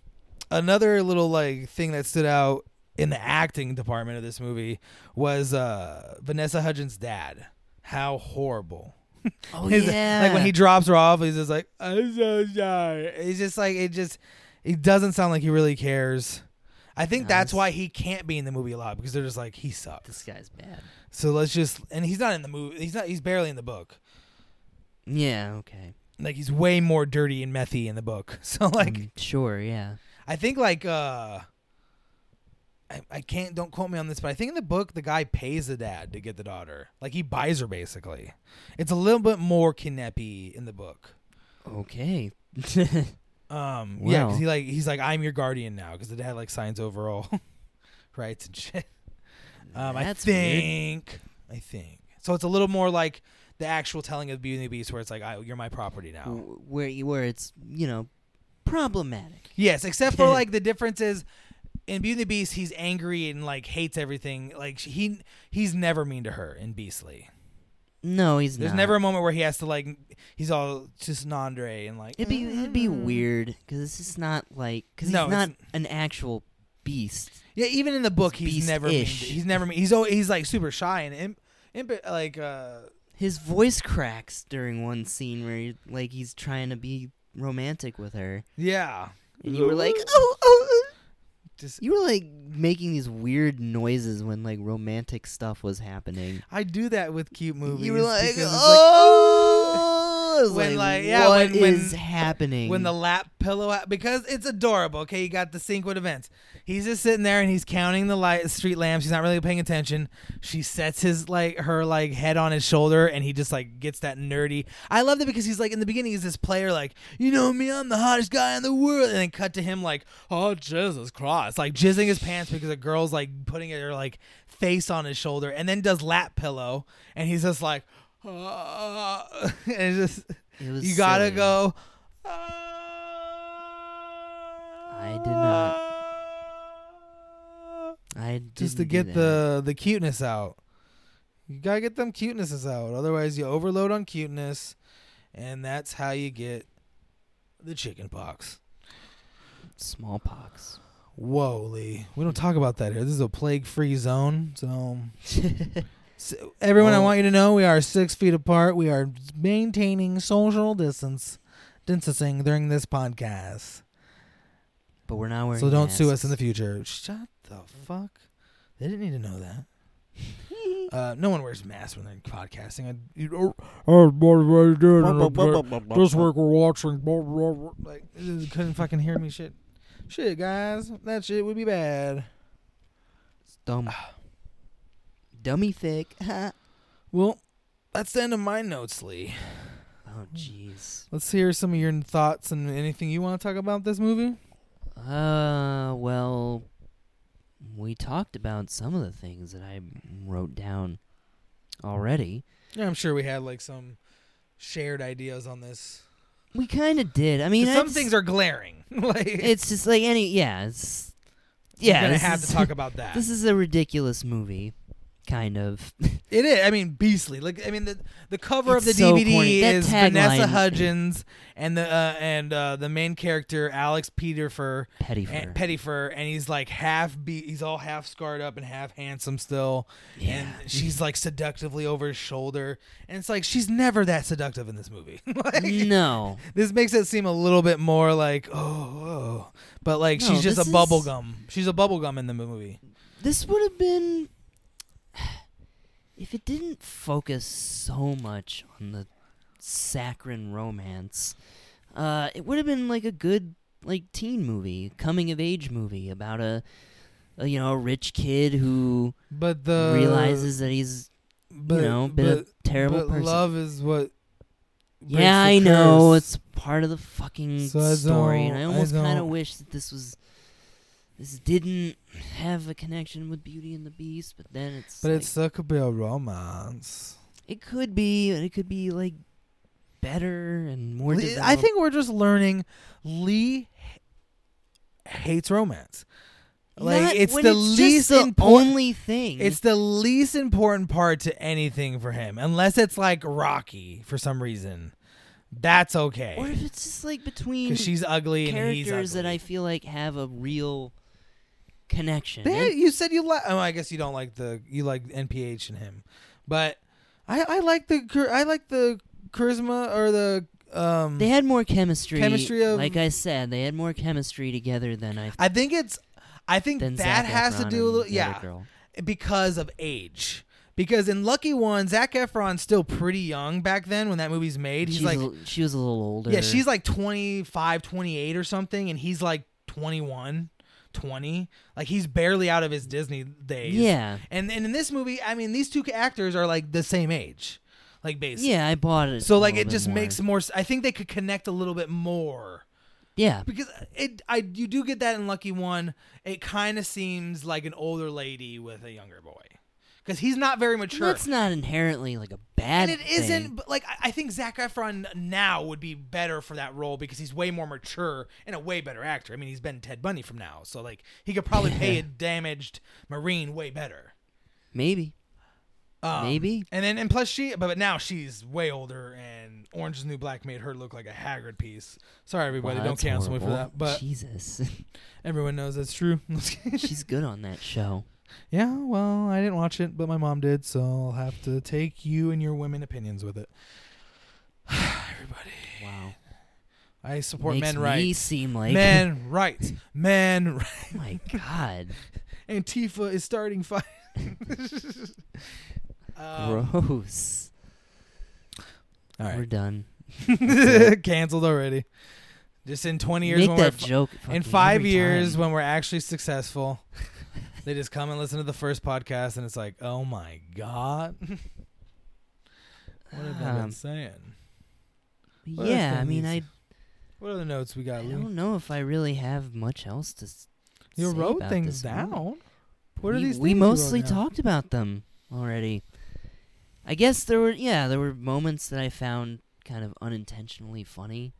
another little like thing that stood out in the acting department of this movie was uh, Vanessa Hudgens' dad. How horrible!
oh
Um, His-
yeah.
Like when he drops her off, he's just like, "I'm so sorry." He's just like, it just, it doesn't sound like he really cares. I think that's
Nice.
why he can't be in the movie a lot because they're just like, he sucks.
this guy's bad.
So let's just, and he's not in the movie. He's not. He's barely in the book.
Yeah. Okay.
Like he's way more dirty and methy in the book. So like,
Um, sure. Yeah.
I think like, uh, I, I can't. Don't quote me on this, but I think in the book the guy pays the dad to get the daughter. Like he buys her basically. It's a little bit more kidnappy in the book.
Okay.
Um, yeah, 'cause
Wow.
he like he's like I'm your guardian now because the dad like signs over all rights and shit. Um, I
That's weird.
think I think so. It's a little more like the actual telling of Beauty and the Beast, where it's like I, you're my property now.
W- where you where it's you know problematic.
Yes, except for like the difference is in Beauty and the Beast, he's angry and like hates everything. Like sh- he he's never mean to her in Beastly.
No, he's
There's
not.
never a moment where he has to like he's all just Nandre and like
It'd be it'd be
"Mm."
weird because it's just not like because
No,
he's
it's-
not an actual beast.
Yeah, even in the book, he's never mean, to-
beast-ish.
he's never mean, he's always, he's like super shy and imp, imp like uh
His voice cracks during one scene where he, like he's trying to be romantic with her,
yeah.
and you were like, oh, oh, oh.
Just
you were like making these weird noises when like romantic stuff was happening.
I do that with cute movies.
you were like,
because it's
oh, It was
When,
like,
like, yeah,
what
when- when-
is happening?
when the lap pillow because it's adorable. Okay, you got the sync with events. He's just sitting there and he's counting the light street lamps. He's not really paying attention. She sets his like her like head on his shoulder and he just like gets that nerdy. I love that because he's like in the beginning he's this player like you know me I'm the hottest guy in the world and then cut to him like oh Jesus Christ like jizzing his pants because a girl's like putting her like face on his shoulder and then does lap pillow and he's just like. "Ah," and it's just
It was
you gotta
silly.
go.
I
I
did not- I
Ah. Just to
didn't
get
do that.
the the cuteness out. You gotta get them cutenesses out. Otherwise, you overload on cuteness, and that's how you get the chicken pox.
smallpox.
Whoa, Lee. We don't talk about that here. This is a plague-free zone, so. S everyone, I
Well-
want you to know we are six feet apart. We are maintaining social distance, distancing during this podcast.
But we're not wearing.
So don't sue us in the future. Shut the fuck. They didn't need to know that. Uh, no one wears masks when they're podcasting. I, you, oh, what doing? This week we're watching. blah, blah, blah. Like, you couldn't fucking hear me. Shit, shit, guys, that shit would be bad.
Dumb. Dummy thick. oh
Well, that's the end of my notes, Lee.
jeez.
Let's hear some of your thoughts and anything you want to talk about this movie.
Uh well, we talked about some of the things that I wrote down already.
Yeah, I'm sure we had like some shared ideas on this.
We kind of did. I mean,
some
I'd
things
s-
are glaring. like,
It's just like any. Yeah. It's.
you're
Yeah.
gonna
this
have
is-
to talk about that.
This is a ridiculous movie. kind of.
It is. I mean, beastly. Like, I mean, the the cover of
It's
the
so
DVD
corny. That
is
tagline-
Vanessa Hudgens and the uh, and uh, the main character Alex Peterfer,
Petty for
and, Pettifer, and he's like half be- he's all half scarred up and half handsome still,
Yeah.
and she's like seductively over his shoulder, and it's like she's never that seductive in this movie. like,
no.
This makes it seem a little bit more like oh, oh. but like
No,
she's just a
this is-
bubblegum. She's a bubblegum in the movie.
This would have been if it didn't focus so much on the saccharine romance. Uh, it would have been like a good like teen movie, coming of age movie about a, a you know a rich kid who
But the
realizes that he's
Uh, but,
you know been a terrible
but
person.
love is what. breaks
yeah,
the
I know
curse.
it's part of the fucking
So I
story, and
don't-
I
I
almost kind of
don't-
wish that this was this didn't have a connection with Beauty and the Beast, but then it's
but
like-
it still could be a romance.
it could be and it could be like better and more.
Lee- I think we're just learning. Lee h- hates romance. Like it's the least important.
only thing.
it's the least important part to anything for him, unless it's like Rocky for some reason. That's
or
okay
if it's just like between
because she's ugly and he's ugly.
characters that I feel like have a real connection.
They-
And-
you said you like. Oh, I guess you don't like the you like NPH and him, but I I like the char- I like the charisma or the um.
They had more chemistry.
Chemistry of-
like I said, they had more chemistry together than I
I think it's. I think
than
that
Zac
has
Efron
to do a
and
little,
the other
yeah,
girl.
because of age. Because in Lucky One, Zach Efron's still pretty young back then when that movie's made. He's
She's
like,
a l- she was a little older.
yeah, she's like 25, 28 or something, and he's like 21, 20. Like he's barely out of his Disney days.
yeah,
And and in this movie, I mean, these two actors are like the same age, like basically.
yeah. I bought it.
So
a
like
little
it
bit
just
more.
makes more. s- I think they could connect a little bit more
yeah.
because it. I you do get that in Lucky One. It kind of seems like an older lady with a younger boy, because he's not very mature.
That's not inherently like a bad.
and it
thing.
not but like I- I think Zach Efron now would be better for that role because he's way more mature and a way better actor. I mean, he's been Ted Bundy from now, so like he could probably pay a damaged Marine way better.
Maybe.
Um,
Maybe.
And then and plus she but, but now she's way older and Orange is the New Black made her look like a haggard piece. Sorry everybody,
Wow,
don't
that's
cancel me for
horrible.
that. But
Jesus,
everyone knows that's true.
she's good on that show.
yeah, well, I didn't watch it, but my mom did, so I'll have to take you and your women opinions with it. everybody.
Wow,
I support
makes
men
me
rights.
seem like
man rights. Man rights.
Oh my God,
Antifa is starting fire. um,
gross.
all
We're
right.
done.
Canceled already. Just in 20 years
Make
when we're
that joke.
in
fucking
five
every
years
time.
when we're actually successful they just come and listen to the first podcast and it's like oh my god what have they been
Um,
saying what if
yeah,
they
I mean, I,
leave what other notes we
I
got Lee?
don't know if I really have much else to. s-
you
say
wrote
about
things
this movie.
down what
we,
are these
we
things you wrote
mostly
down?
talked about them already. I guess there were yeah, there were moments that I found kind of unintentionally funny.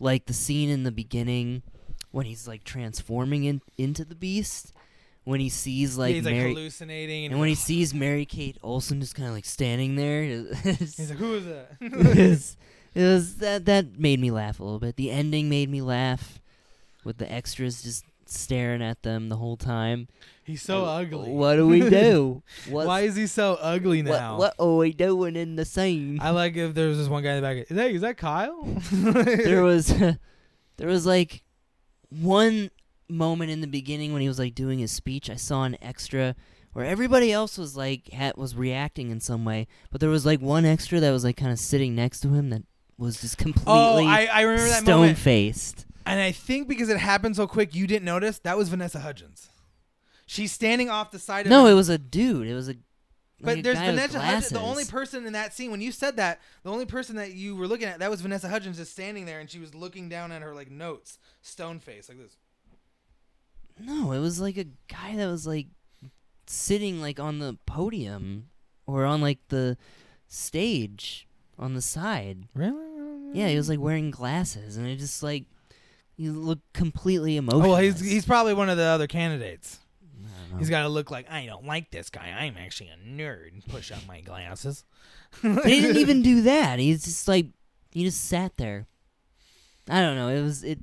Like the scene in the beginning when he's like transforming in, into the beast when he sees
Yeah,
like
he's like
Mary
hallucinating
and when he sees Mary Kate Olsen just kind of like standing there it's-
he's like who is that
it was, it was that that made me laugh a little bit. The ending made me laugh with the extras just staring at them the whole time.
he's so
Uh,
ugly
What do we do? What's-
why is he so ugly
what,
now
What are we doing in the scene?
I like if there's this one guy in the back. Is that, is that Kyle?
there was, there was like one moment in the beginning when he was like doing his speech. I saw an extra where everybody else was like ha- was reacting in some way, but there was like one extra that was like kind of sitting next to him that was just
oh,
completely
I, I remember that
stone
moment.
faced.
And I think because it happened so quick, you didn't notice. That was Vanessa Hudgens. She's standing off the side of
No,
a-
it was a dude. It was a
but
like a
there's
guy with
Vanessa Hudgens. The only
glasses.
person in that scene when you said that, the only person that you were looking at, that was Vanessa Hudgens, just standing there, and she was looking down at her like notes, stone face, like this.
No, it was like a guy that was like sitting like on the podium or on like the stage on the side.
Really?
Yeah, he was like wearing glasses, and it just like you look completely
Oh,
emotional.
well, he's he's probably one of the other candidates.
Oh.
He's got to look like I don't like this guy. I'm actually a nerd. and Push up my glasses.
They didn't even do that. He's just like he just sat there. I don't know. It was it.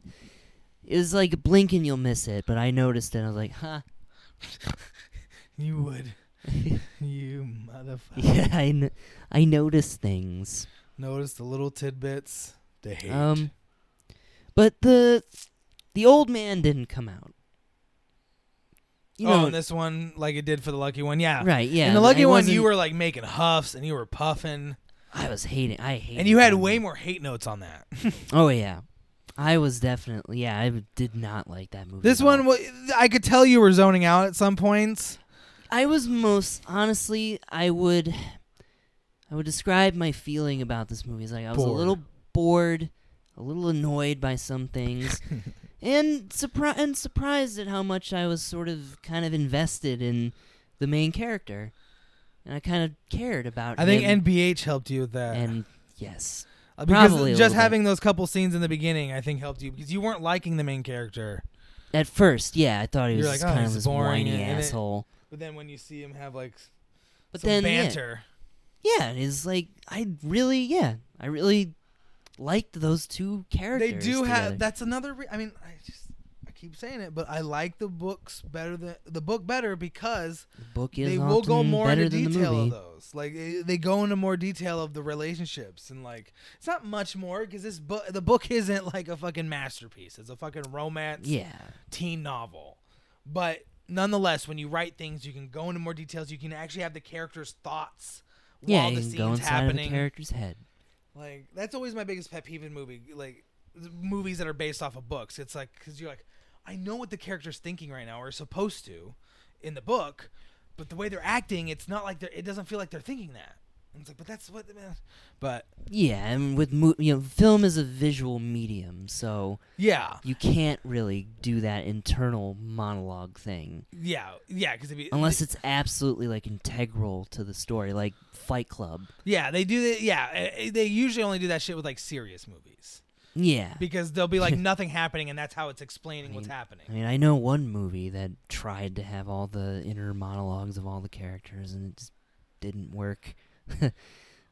It was like a blink and you'll miss it. But I noticed it. I was like, huh.
You would. you motherfucker.
Yeah, I, kn- I notice things.
Notice the little tidbits. The hate.
Um, but the the old man didn't come out. You
oh,
know,
and this one, like it did for the lucky one. Yeah.
right? Yeah.
In the lucky
I
one, you
wasn't-
were like making huffs and you were puffing,
I was hating. I hated.
and you had
them.
way more hate notes on that.
Oh yeah, I was definitely. Yeah, I did not like that movie.
This
at
one,
all.
wa- I could tell you were zoning out at some points.
I was most honestly, I would, I would describe my feeling about this movie as like I was a
Bored.
little bored, a little annoyed by some things, and surpri- and surprised at how much I was sort of kind of invested in the main character, and I kind of cared about.
I think
him,
NBH helped you with that.
and yes,
Uh, because
probably a
just
little bit.
having those couple scenes in the beginning, I think helped you because you weren't liking the main character.
at first, yeah, I thought he
You're
was
like,
just
"Oh,
kind of
he's
this
boring,"
whiny
and it-
asshole.
But then when you see him have like s-
But
some
then yeah,
banter,
yeah, it's like I really, yeah, I really liked those two characters.
they do
together.
have. That's another. Re- I mean, I just I keep saying it, but I like the books better than the book better because
The book is
they
often
will go more
better
into
than
detail
the
of
movie.
those. Like eh, they go into more detail of the relationships and like it's not much more because this book the book isn't like a fucking masterpiece. It's a fucking romance.
Yeah,
teen novel. But nonetheless, when you write things, you can go into more details. You can actually have the characters' thoughts
yeah,
while
you
the
can go
scene's
inside of a
happening.
character's head.
like that's always my biggest pet peeve in movie, like th- movies that are based off of books. It's like because you're like, I know what the character's thinking right now or supposed to in the book, but the way they're acting, it's not like they're. It doesn't feel like they're thinking that. And it's like, but that's what. eh. But
Yeah, and with mo- you know, film is a visual medium, so
yeah,
you can't really do that internal monologue thing
yeah, yeah. Because if you
unless it's absolutely like integral to the story, like Fight Club.
yeah, they do that. Yeah, eh, eh, they usually only do that shit with like serious movies.
Yeah,
because there'll be like nothing happening and that's how it's explaining what's
mean,
happening
I mean, I know one movie that tried to have all the inner monologues of all the characters, and it just didn't work.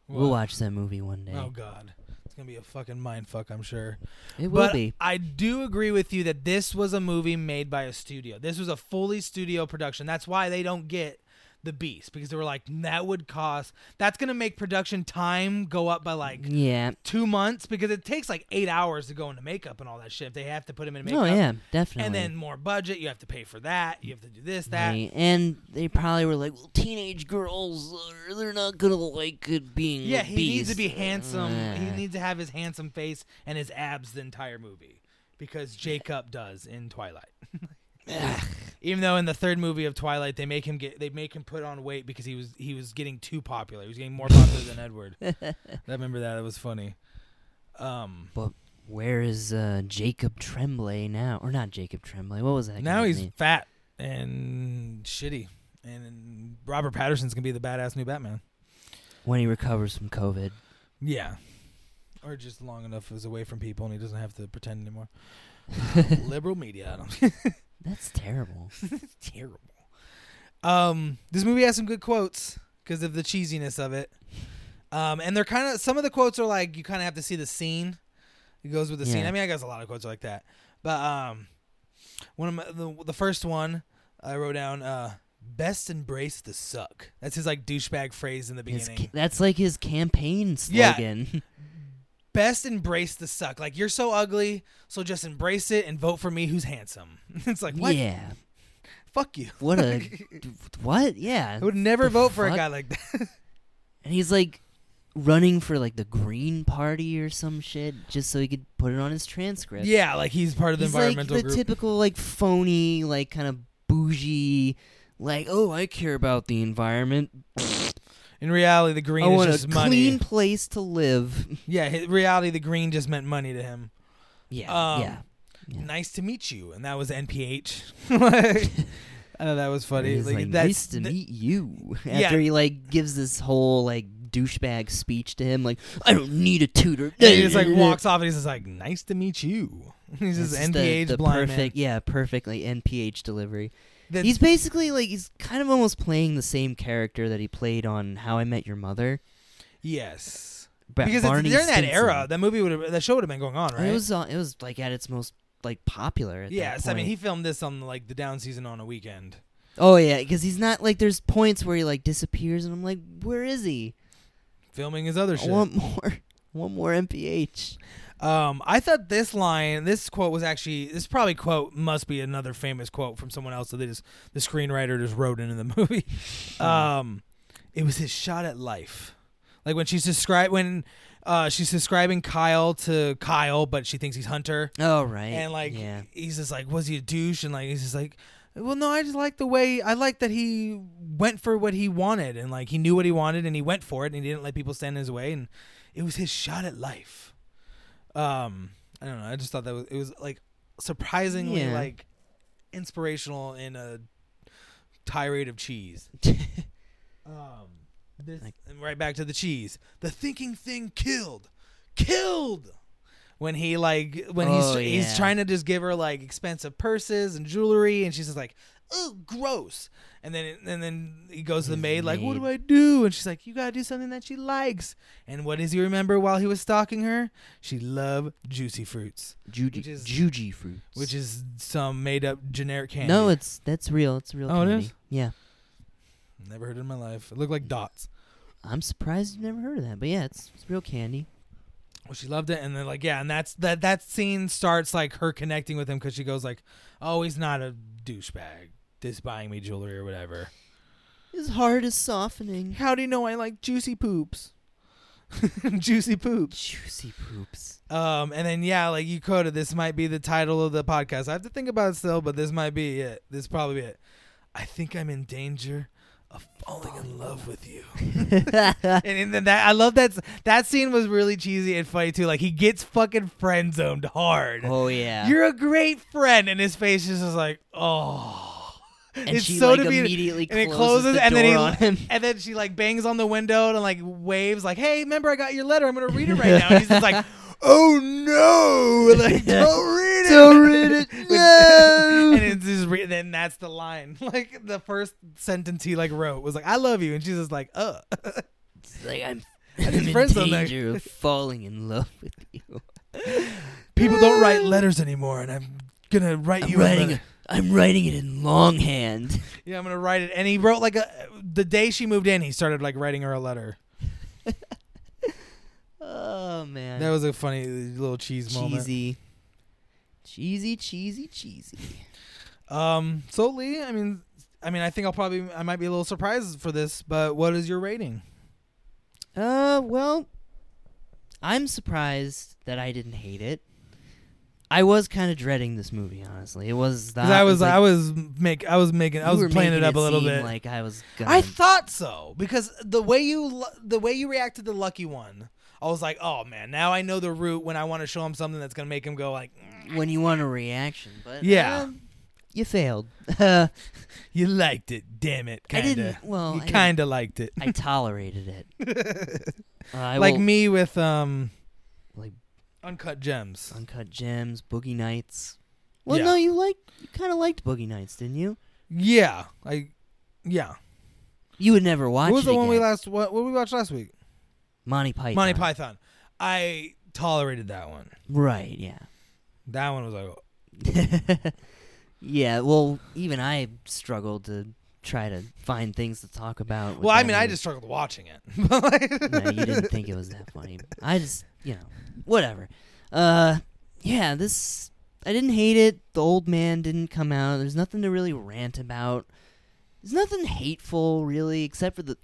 We'll
What?
watch that movie one day.
oh god it's gonna be a fucking mind fuck i'm sure
it will
but
be.
i do agree with you that this was a movie made by a studio this was a fully studio production that's why they don't get the beast because they were like that would cost that's gonna make production time go up by like
Yeah.
two months because it takes like eight hours to go into makeup and all that shit if they have to put him in makeup
Oh yeah, definitely.
and then more budget you have to pay for that you have to do this that
Right, And they probably were like, well, teenage girls, uh, they're not going to like it being.
Yeah, he needs to be
obese."
handsome. He
Uh,
needs to have his handsome face and his abs the entire movie because Jacob does in Twilight. Even though in the third movie of Twilight they make him get they make him put on weight because he was he was getting too popular. He was getting more popular than Edward. I remember that. It was funny. Um
Where is uh, Jacob Tremblay now? Or not Jacob Tremblay. What was that?
now
guy's
he's
name?
fat and shitty. And Robert Patterson's gonna be the badass new Batman.
When he recovers from COVID.
Yeah. Or just long enough is away from people and he doesn't have to pretend anymore. Liberal media. I don't
That's terrible.
terrible. Um, this movie has some good quotes because of the cheesiness of it. Um, and they're kind of some of the quotes are like you kind of have to see the scene. It goes with the scene.
Yeah.
I mean, I guess a lot of quotes are like that. But um, one of my, the the first one I wrote down. Uh, Best embrace the suck. That's his like douchebag phrase in the
His
beginning.
ca- that's like his campaign
Yeah.
slogan.
Best embrace the suck. Like you're so ugly, so just embrace it and vote for me who's handsome. it's like what?
Yeah.
Fuck you.
What a. d- what? Yeah.
I would never
the
vote for a
fuck?
guy like that.
And he's like running for like the Green Party or some shit just so he could put it on his transcript.
Yeah, like he's part of the
He's
environmental
like the
group.
typical like phony, like kind of bougie, like oh I care about the environment.
In reality, the green
I
is
want a
just money.
clean place to live.
Yeah, in reality, the green just meant money to him.
Yeah,
Um,
yeah. Yeah.
Nice to meet you, and that was NPH. Like, I know Oh, that was funny.
He's
like,
like,
that's,
nice to
th-
meet you.
Yeah.
After he like gives this whole like douchebag speech to him, like I don't need a tutor.
and he just like walks off, and he's just like, "Nice to meet you." He's
This
just
is the-
NPH
the
blind man.
perfect, yeah, perfectly NPH delivery.
That,
he's basically like he's kind of almost playing the same character that he played on How I Met Your Mother.
yes.
Ba-
because it's,
Barney
during that
Stinson.
era, that movie would have, that show would have been going on, right?
it was uh, it was like at its most like popular. At that
yes, I mean
point.
he filmed this on like the down season on a weekend.
Oh yeah, because he's not like there's points where he like disappears, and I'm like, where is he?
filming his other
I
shit.
want more. One more MPH.
Um, I thought this line, this quote was actually this probably quote must be another famous quote from someone else that they just the screenwriter just wrote into the movie.
Hmm.
um, it was his shot at life, like when she's describe when uh, she's describing Kyle to Kyle, but she thinks he's Hunter,
Oh right.
and like
yeah.
he's just like, was he a douche? And like he's just like. Well, no, I just like the way I like that he went for what he wanted, and like he knew what he wanted, and he went for it, and he didn't let people stand in his way, and it was his shot at life. Um, I don't know. I just thought that was it was like surprisingly
Yeah.
like inspirational in a tirade of cheese. Um, this
Like-
and right back to the cheese. The thinking thing killed, killed. When he like when he's
Oh,
he's
yeah.
trying to just give her like expensive purses and jewelry, and she's just like, "Oh, gross." And then and then he goes to the
His
maid like, "What do
maid.
I do?" And she's like, "You gotta do something that she likes." And what does he remember while he was stalking her? She loved juicy fruits,
Juji
which is-
Juji fruits.
which is some made up generic candy.
no, it's that's real. It's real.
Oh, it
candy.
is?
Yeah.
never heard it in my life. It looked like dots.
I'm surprised you've never heard of that, but yeah, it's, it's real candy.
Well, she loved it, and then like yeah, and that's that that scene starts like her connecting with him because she goes like, "Oh, he's not a douchebag, just buying me jewelry or whatever."
His heart is softening.
How do you know I like juicy poops? juicy poops.
Juicy poops.
Um, and then yeah, like you quoted, this might be the title of the podcast. I have to think about it still, but this might be it. This is probably it. I think I'm in danger of falling in love with you. And, and then that I love that s- that scene was really cheesy and funny too. Like he gets fucking friend zoned hard.
oh yeah.
You're a great friend, and his face is just like, oh.
and
it's
she
so
like
defeated.
immediately
And
closes,
it closes,
the
and
door
then he-
on him.
And then she like bangs on the window and like waves, like, "Hey, remember I got your letter. I'm gonna read it right now." And he's just like, "Oh no! Like, don't read it.
Don't read it. No.
and it's just re- then that's the line. Like the first sentence he like wrote was like, "I love you," and she's just like, "Uh."
It's like I'm,
And
I'm
his
in
friends don't know.
danger of falling in love with you.
People don't write letters anymore, and I'm gonna write
I'm
you. a
writing.
letter.
I'm writing it in longhand.
Yeah, I'm gonna write it. And he wrote like a the day she moved in, he started like writing her a letter.
Oh man,
That was a funny little cheese moment.
cheesy, cheesy, cheesy, cheesy.
Um, so Lee, I mean, I mean, I think I'll probably I might be a little surprised for this, but what is your rating?
Uh, well, I'm surprised that I didn't hate it. I was kind of dreading this movie, honestly. It was. The,
'Cause I was I was make I was making I was playing it up a little bit.
Like um, I was. Gonna,
I thought so because the way you lu- the way you reacted to the lucky one, I was like, oh man, now I know the route when I want to show him something that's gonna make him go like, "Mm,
when you want a reaction, but
Yeah.
um, you failed. I
you liked it, damn it, kinda.
didn't. Well,
you
I didn't-
kinda liked it.
I tolerated it. Uh, I
like
will-
me with um
like
uncut gems.
uncut gems, boogie nights. Well,
Yeah.
no, you liked you kind of liked boogie nights, didn't you?
Yeah, I yeah.
You would never watch.
What was
it
the one we
again.
last what what we watched last week?
Monty Python.
Monty Python. I tolerated that one.
Right. Yeah.
That one was like
yeah, well, even I struggled to try to find things to talk about. with
Well, I
that
mean, I
movie.
just struggled watching it.
no, you didn't think it was that funny. I just, you know, whatever. Uh, yeah, this I didn't hate it. The old man didn't come out. There's nothing to really rant about. There's nothing hateful really, except for the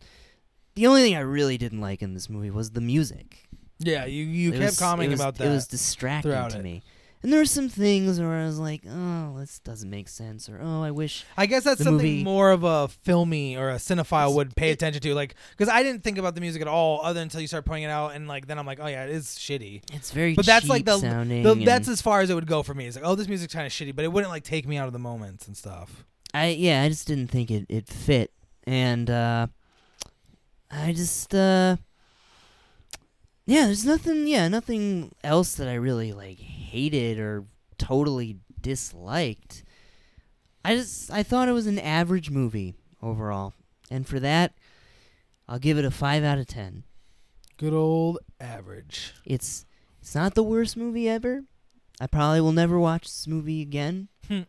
the only thing I really didn't like in this movie was the music.
yeah, you you
It
kept
was-
commenting
it was-
about that.
It was distracting
throughout
to
it.
me. And there were some things where I was like, "Oh, this doesn't make sense," or "Oh, I wish."
I guess that's
the
something
movie-
more of a filmy or a cinephile
It's-
would pay
it-
attention to, like because I didn't think about the music at all, other until you start pointing it out, and like then I'm like, oh yeah, it is shitty.
It's very
But that's like
cheap
the-
sounding.
The, that's
and
as far as it would go for me. It's like, oh, this music's kind of shitty, but it wouldn't like take me out of the moments and stuff.
I yeah, I just didn't think it it fit, and uh, I just uh, yeah, there's nothing yeah nothing else that I really like hated or totally disliked. I I just I thought it was an average movie overall, and for that, I'll give it a five out of ten.
Good old average.
It's it's not the worst movie ever. I probably will never watch this movie again.
Hmm.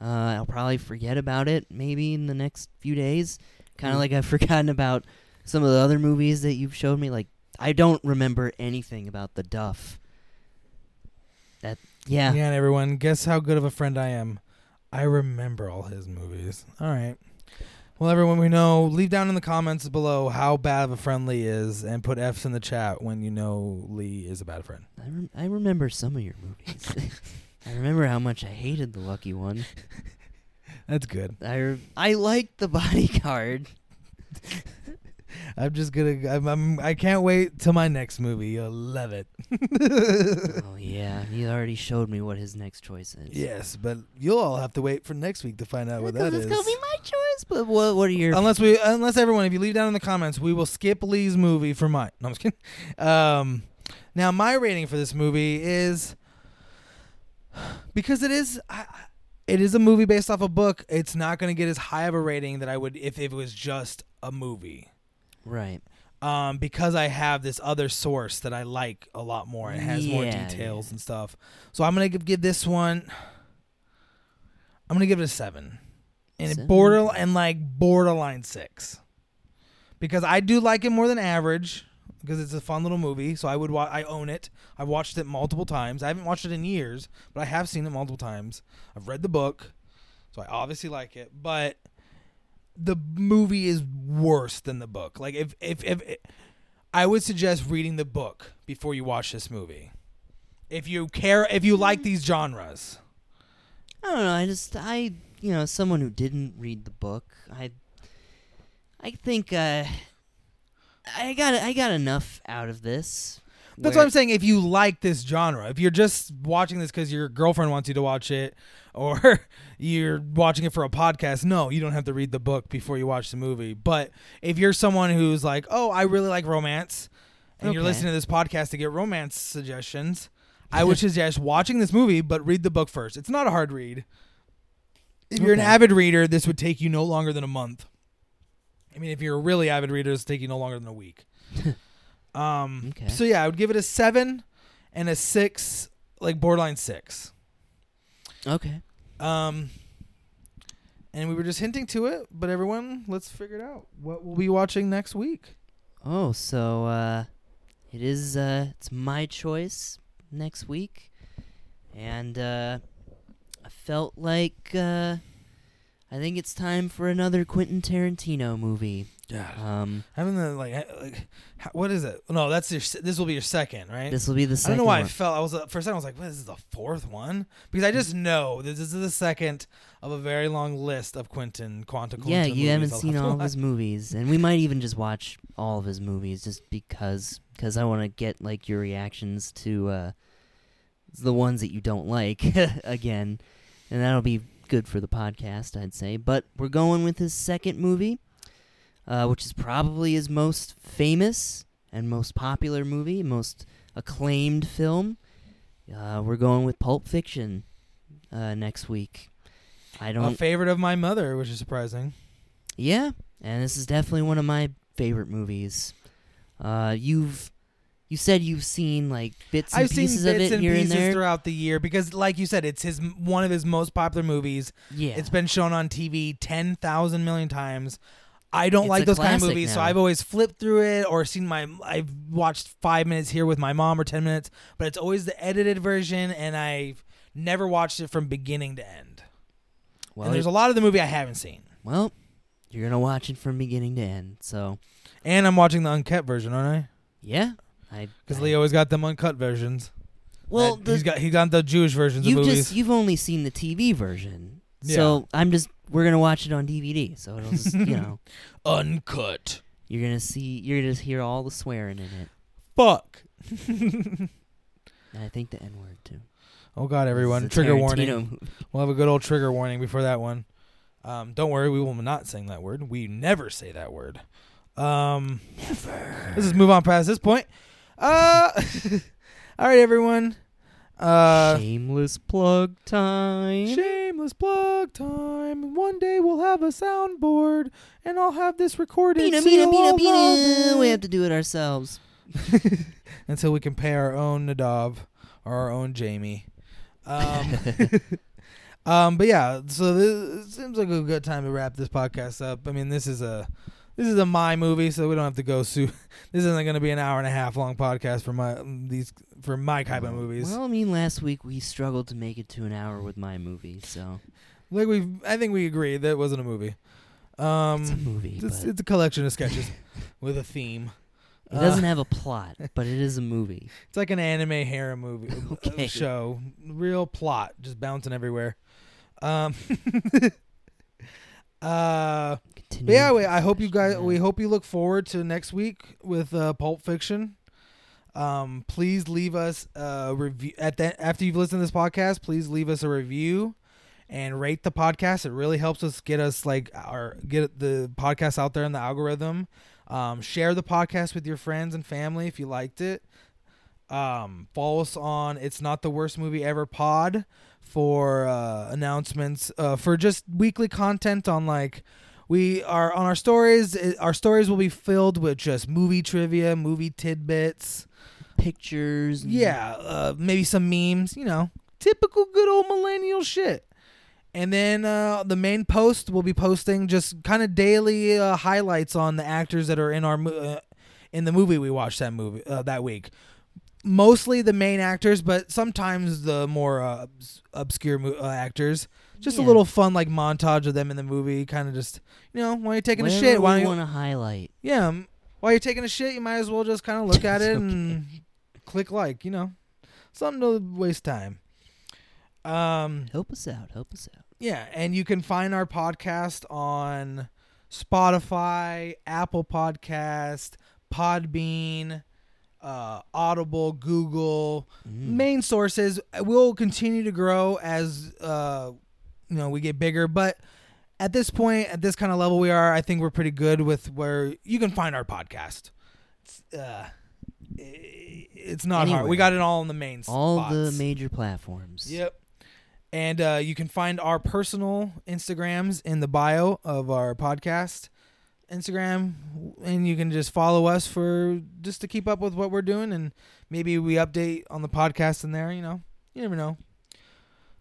Uh, I'll probably forget about it maybe in the next few days. Kind of
Hmm.
like I've forgotten about some of the other movies that you've showed me. Like I don't remember anything about the Duff. That yeah,
Yeah, and everyone, guess how good of a friend I am. I remember all his movies. All right. Well, everyone, we know. Leave down in the comments below how bad of a friend Lee is, and put F's in the chat when you know Lee is a bad friend.
I, rem- I remember some of your movies. I remember how much I hated the Lucky One.
That's good.
I re- I liked the Bodyguard.
I'm just gonna. I'm, I'm. I can't wait till my next movie. You'll love it.
oh yeah, he already showed me what his next choice is.
Yes, but you'll all have to wait for next week to find out what that
Because
is.
it's gonna be my choice. But what what are your
Unless we, unless everyone, if you leave down in the comments, we will skip Lee's movie for mine. No, I'm just kidding. Um, now my rating for this movie is because it is, I, I- it is a movie based off a book. It's not going to get as high of a rating that I would if it was just a movie.
right?
Um, because I have this other source that I like a lot more. It has more
Yeah,
details
yeah.
and stuff. So I'm gonna give, give this one. I'm gonna give it a seven, and it
Seven.
border and like borderline six, because I do like it more than average. Because it's a fun little movie, so I would wa- I own it. I've watched it multiple times. I haven't watched it in years, but I have seen it multiple times. I've read the book, so I obviously like it. But the movie is worse than the book. Like if if if eh, I would suggest reading the book before you watch this movie. If you care if you like these genres.
I don't know. I just I you know as someone who didn't read the book. I I think uh, I got I got enough out of this.
That's
where-
what I'm saying. If you like this genre, if you're just watching this because your girlfriend wants you to watch it, or you're watching it for a podcast, no, you don't have to read the book before you watch the movie. But if you're someone who's like, oh, I really like romance, and you're
Okay.
listening to this podcast to get romance suggestions, I would suggest watching this movie, but read the book first. It's not a hard read. If you're an
Okay.
avid reader, this would take you no longer than a month. I mean, if you're a really avid reader, this would take you no longer than a week. um,
Okay.
So yeah, I would give it a seven and a six, like borderline six.
Okay.
Um, and we were just hinting to it, but everyone, let's figure it out. What we'll be watching next week.
Oh, so uh, it is. Uh, it's my choice next week, and uh, I felt like uh, I think it's time for another Quentin Tarantino movie.
Yeah.
Um,
Having the like, ha- like, ha- what is it? No, that's your. se- This will be your second, right?
this will be the
I
second.
don't know why I
one.
felt. I was uh, for a second. I was like, "What? This is the fourth one?" Because I just know this is the second of a very long list of Quentin Quantico.
yeah, you haven't seen all of his movies, and we might even just watch all of his movies just because because I want to get like your reactions to uh, the ones that you don't like again, and that'll be good for the podcast, I'd say. But we're going with his second movie, uh, which is probably his most famous and most popular movie, most acclaimed film. Uh, we're going with Pulp Fiction uh, next week. I
A
don't
favorite of my mother, which is surprising.
yeah, and this is definitely one of my favorite movies. Uh, you've you said you've seen like bits and
I've seen
pieces
bits
of it
and
here
pieces
and there.
throughout the year because, like you said, it's his one of his most popular movies.
yeah,
It's been shown on TV ten thousand million times. I don't
It's
like
a
those kind of
classic
movies, so
now.
I've always flipped through it or seen my. I've watched five minutes here with my mom or ten minutes, but it's always the edited version, and I've never watched it from beginning to end.
well,
and there's
it-
a lot of the movie I haven't seen,
well, you're gonna watch it from beginning to end. So
and I'm watching the uncut version, aren't I?
yeah, I
Because
I-
Lee always got them uncut versions.
Well,
That-
the,
he's got he got the Jewish versions
you've
of movies.
just you've only seen the TV version, so I'm just we're gonna watch it on DVD. So it'll just you know
uncut.
you're gonna see you're gonna hear all the swearing in it,
Fuck.
and I think the N word too.
Oh God, everyone!
This is a
Trigger
Tarantino
warning.
movie.
We'll have a good old trigger warning before that one. Um, don't worry, we will not sing that word. We never say that word. Um, never. Let's just move on past this point. Uh, all right, everyone. Uh,
Shameless plug time.
shameless. shameless plug time. One day we'll have a soundboard, and I'll have this recorded.
Beena,
so
beena,
you'll
beena,
all
beena.
love
We
it.
have to do it ourselves.
until we can pay our own Nadav or our own Jamie. Um, um, but yeah, so this it seems like a good time to wrap this podcast up. I mean, this is a this is a my movie, so we don't have to go sue. This isn't going to be an hour and a half long podcast for my these for my type of movies.
Well, I mean, last week we struggled to make it to an hour with my movie, so
like we, I think we agree that wasn't a movie. Um,
it's a movie.
It's,
but
it's a collection of sketches with a theme. Uh.
it doesn't have a plot, but it is a movie.
It's like an anime harem movie uh,
Okay.
show. Real plot, just bouncing everywhere. Um, uh, but
Continue.
yeah, we, I hope you guys.
Yeah.
We hope you look forward to next week with uh, Pulp Fiction. Um, please leave us a review at that after you've listened to this podcast. Please leave us a review and rate the podcast. It really helps us get us like our get the podcast out there in the algorithm. Um, share the podcast with your friends and family if you liked it. Um, follow us on It's Not the Worst Movie Ever Pod for uh, announcements uh, for just weekly content on like we are on our stories. i- Our stories will be filled with just movie trivia, movie tidbits.
pictures. and-
Yeah, uh, maybe some memes. You know, typical good old millennial shit. And then uh, the main post will be posting just kind of daily uh, highlights on the actors that are in our mo- uh, in the movie we watched that movie uh, that week. Mostly the main actors, but sometimes the more uh, obs- obscure mo- uh, actors. Just a
Yeah.
little fun like montage of them in the movie, kind of just you know while you're taking a
Whatever
shit, why
we
don't you
want to highlight?
yeah, um, while you're taking a shit, you might as well just kind of look at it
It's
and click like, you know, something to waste time. Um,
Help us out. Help us out.
yeah, and you can find our podcast on Spotify, Apple Podcast, Podbean, uh, Audible, Google,
Mm.
Mm-hmm. main sources uh, will continue to grow as uh, you know we get bigger but at this point at this kind of level we are i think we're pretty good with where you can find our podcast it's, uh, i- it's not hard we
Anywhere.
got it all in the main
All the
spots.
major platforms.
Yep. And uh, you can find our personal Instagrams in the bio of our podcast Instagram, and you can just follow us for just to keep up with what we're doing, and maybe we update on the podcast in there. You know, you never know.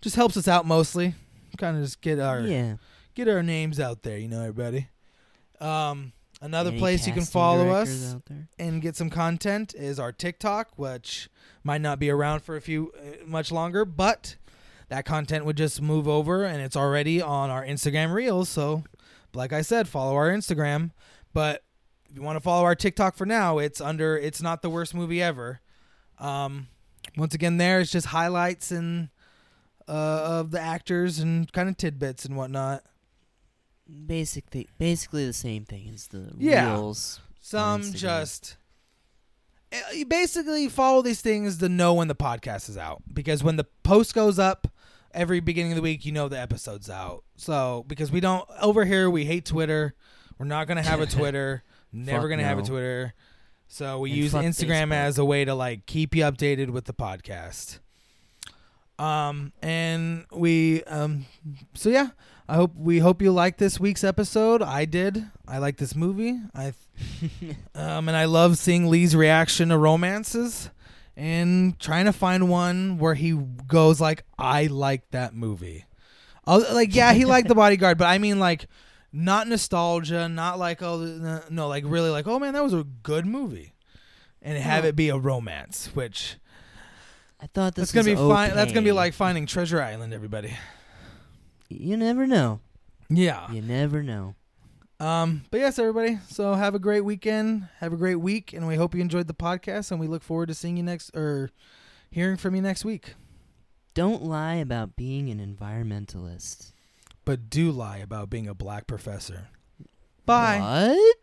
Just helps us out mostly. Kind of just get our
Yeah.
get our names out there. You know, everybody. Um, another
Any
place you can
casting
follow
directors
us
out there?
and get some content is our TikTok, which might not be around for a few uh, much longer, but that content would just move over and it's already on our Instagram Reels. So, like I said, follow our Instagram. But if you want to follow our TikTok for now, it's under It's Not the Worst Movie Ever. Um, once again, there it's just highlights and uh, of the actors and kind of tidbits and whatnot.
Basically, basically the same thing as the
Yeah.
reels.
Some
Instagram.
just Uh, you basically follow these things to know when the podcast is out because when the post goes up every beginning of the week, you know the episode's out. So because we don't over here, we hate Twitter. We're not gonna have a Twitter. never
Fuck
gonna have a
no.
Twitter. So we
And
use
fuck
Instagram
Facebook.
as a way to like keep you updated with the podcast. Um and we um so yeah, I hope we hope you like this week's episode. I did. I like this movie. I um, and I love seeing Lee's reaction to romances and trying to find one where he goes like, "I like that movie." Oh, like yeah, he liked The Bodyguard, but I mean like not nostalgia, not like oh no, no, like really like oh man, that was a good movie, and have it be a romance, which
I thought this
that's gonna
was
be fine.
okay.
That's gonna be like finding Treasure Island, everybody.
You never know.
Yeah.
You never know.
Um, but yes, everybody. So have a great weekend. Have a great week, and we hope you enjoyed the podcast. And we look forward to seeing you next or hearing from you next week.
Don't lie about being an environmentalist.
But do lie about being a black professor. Bye.
What?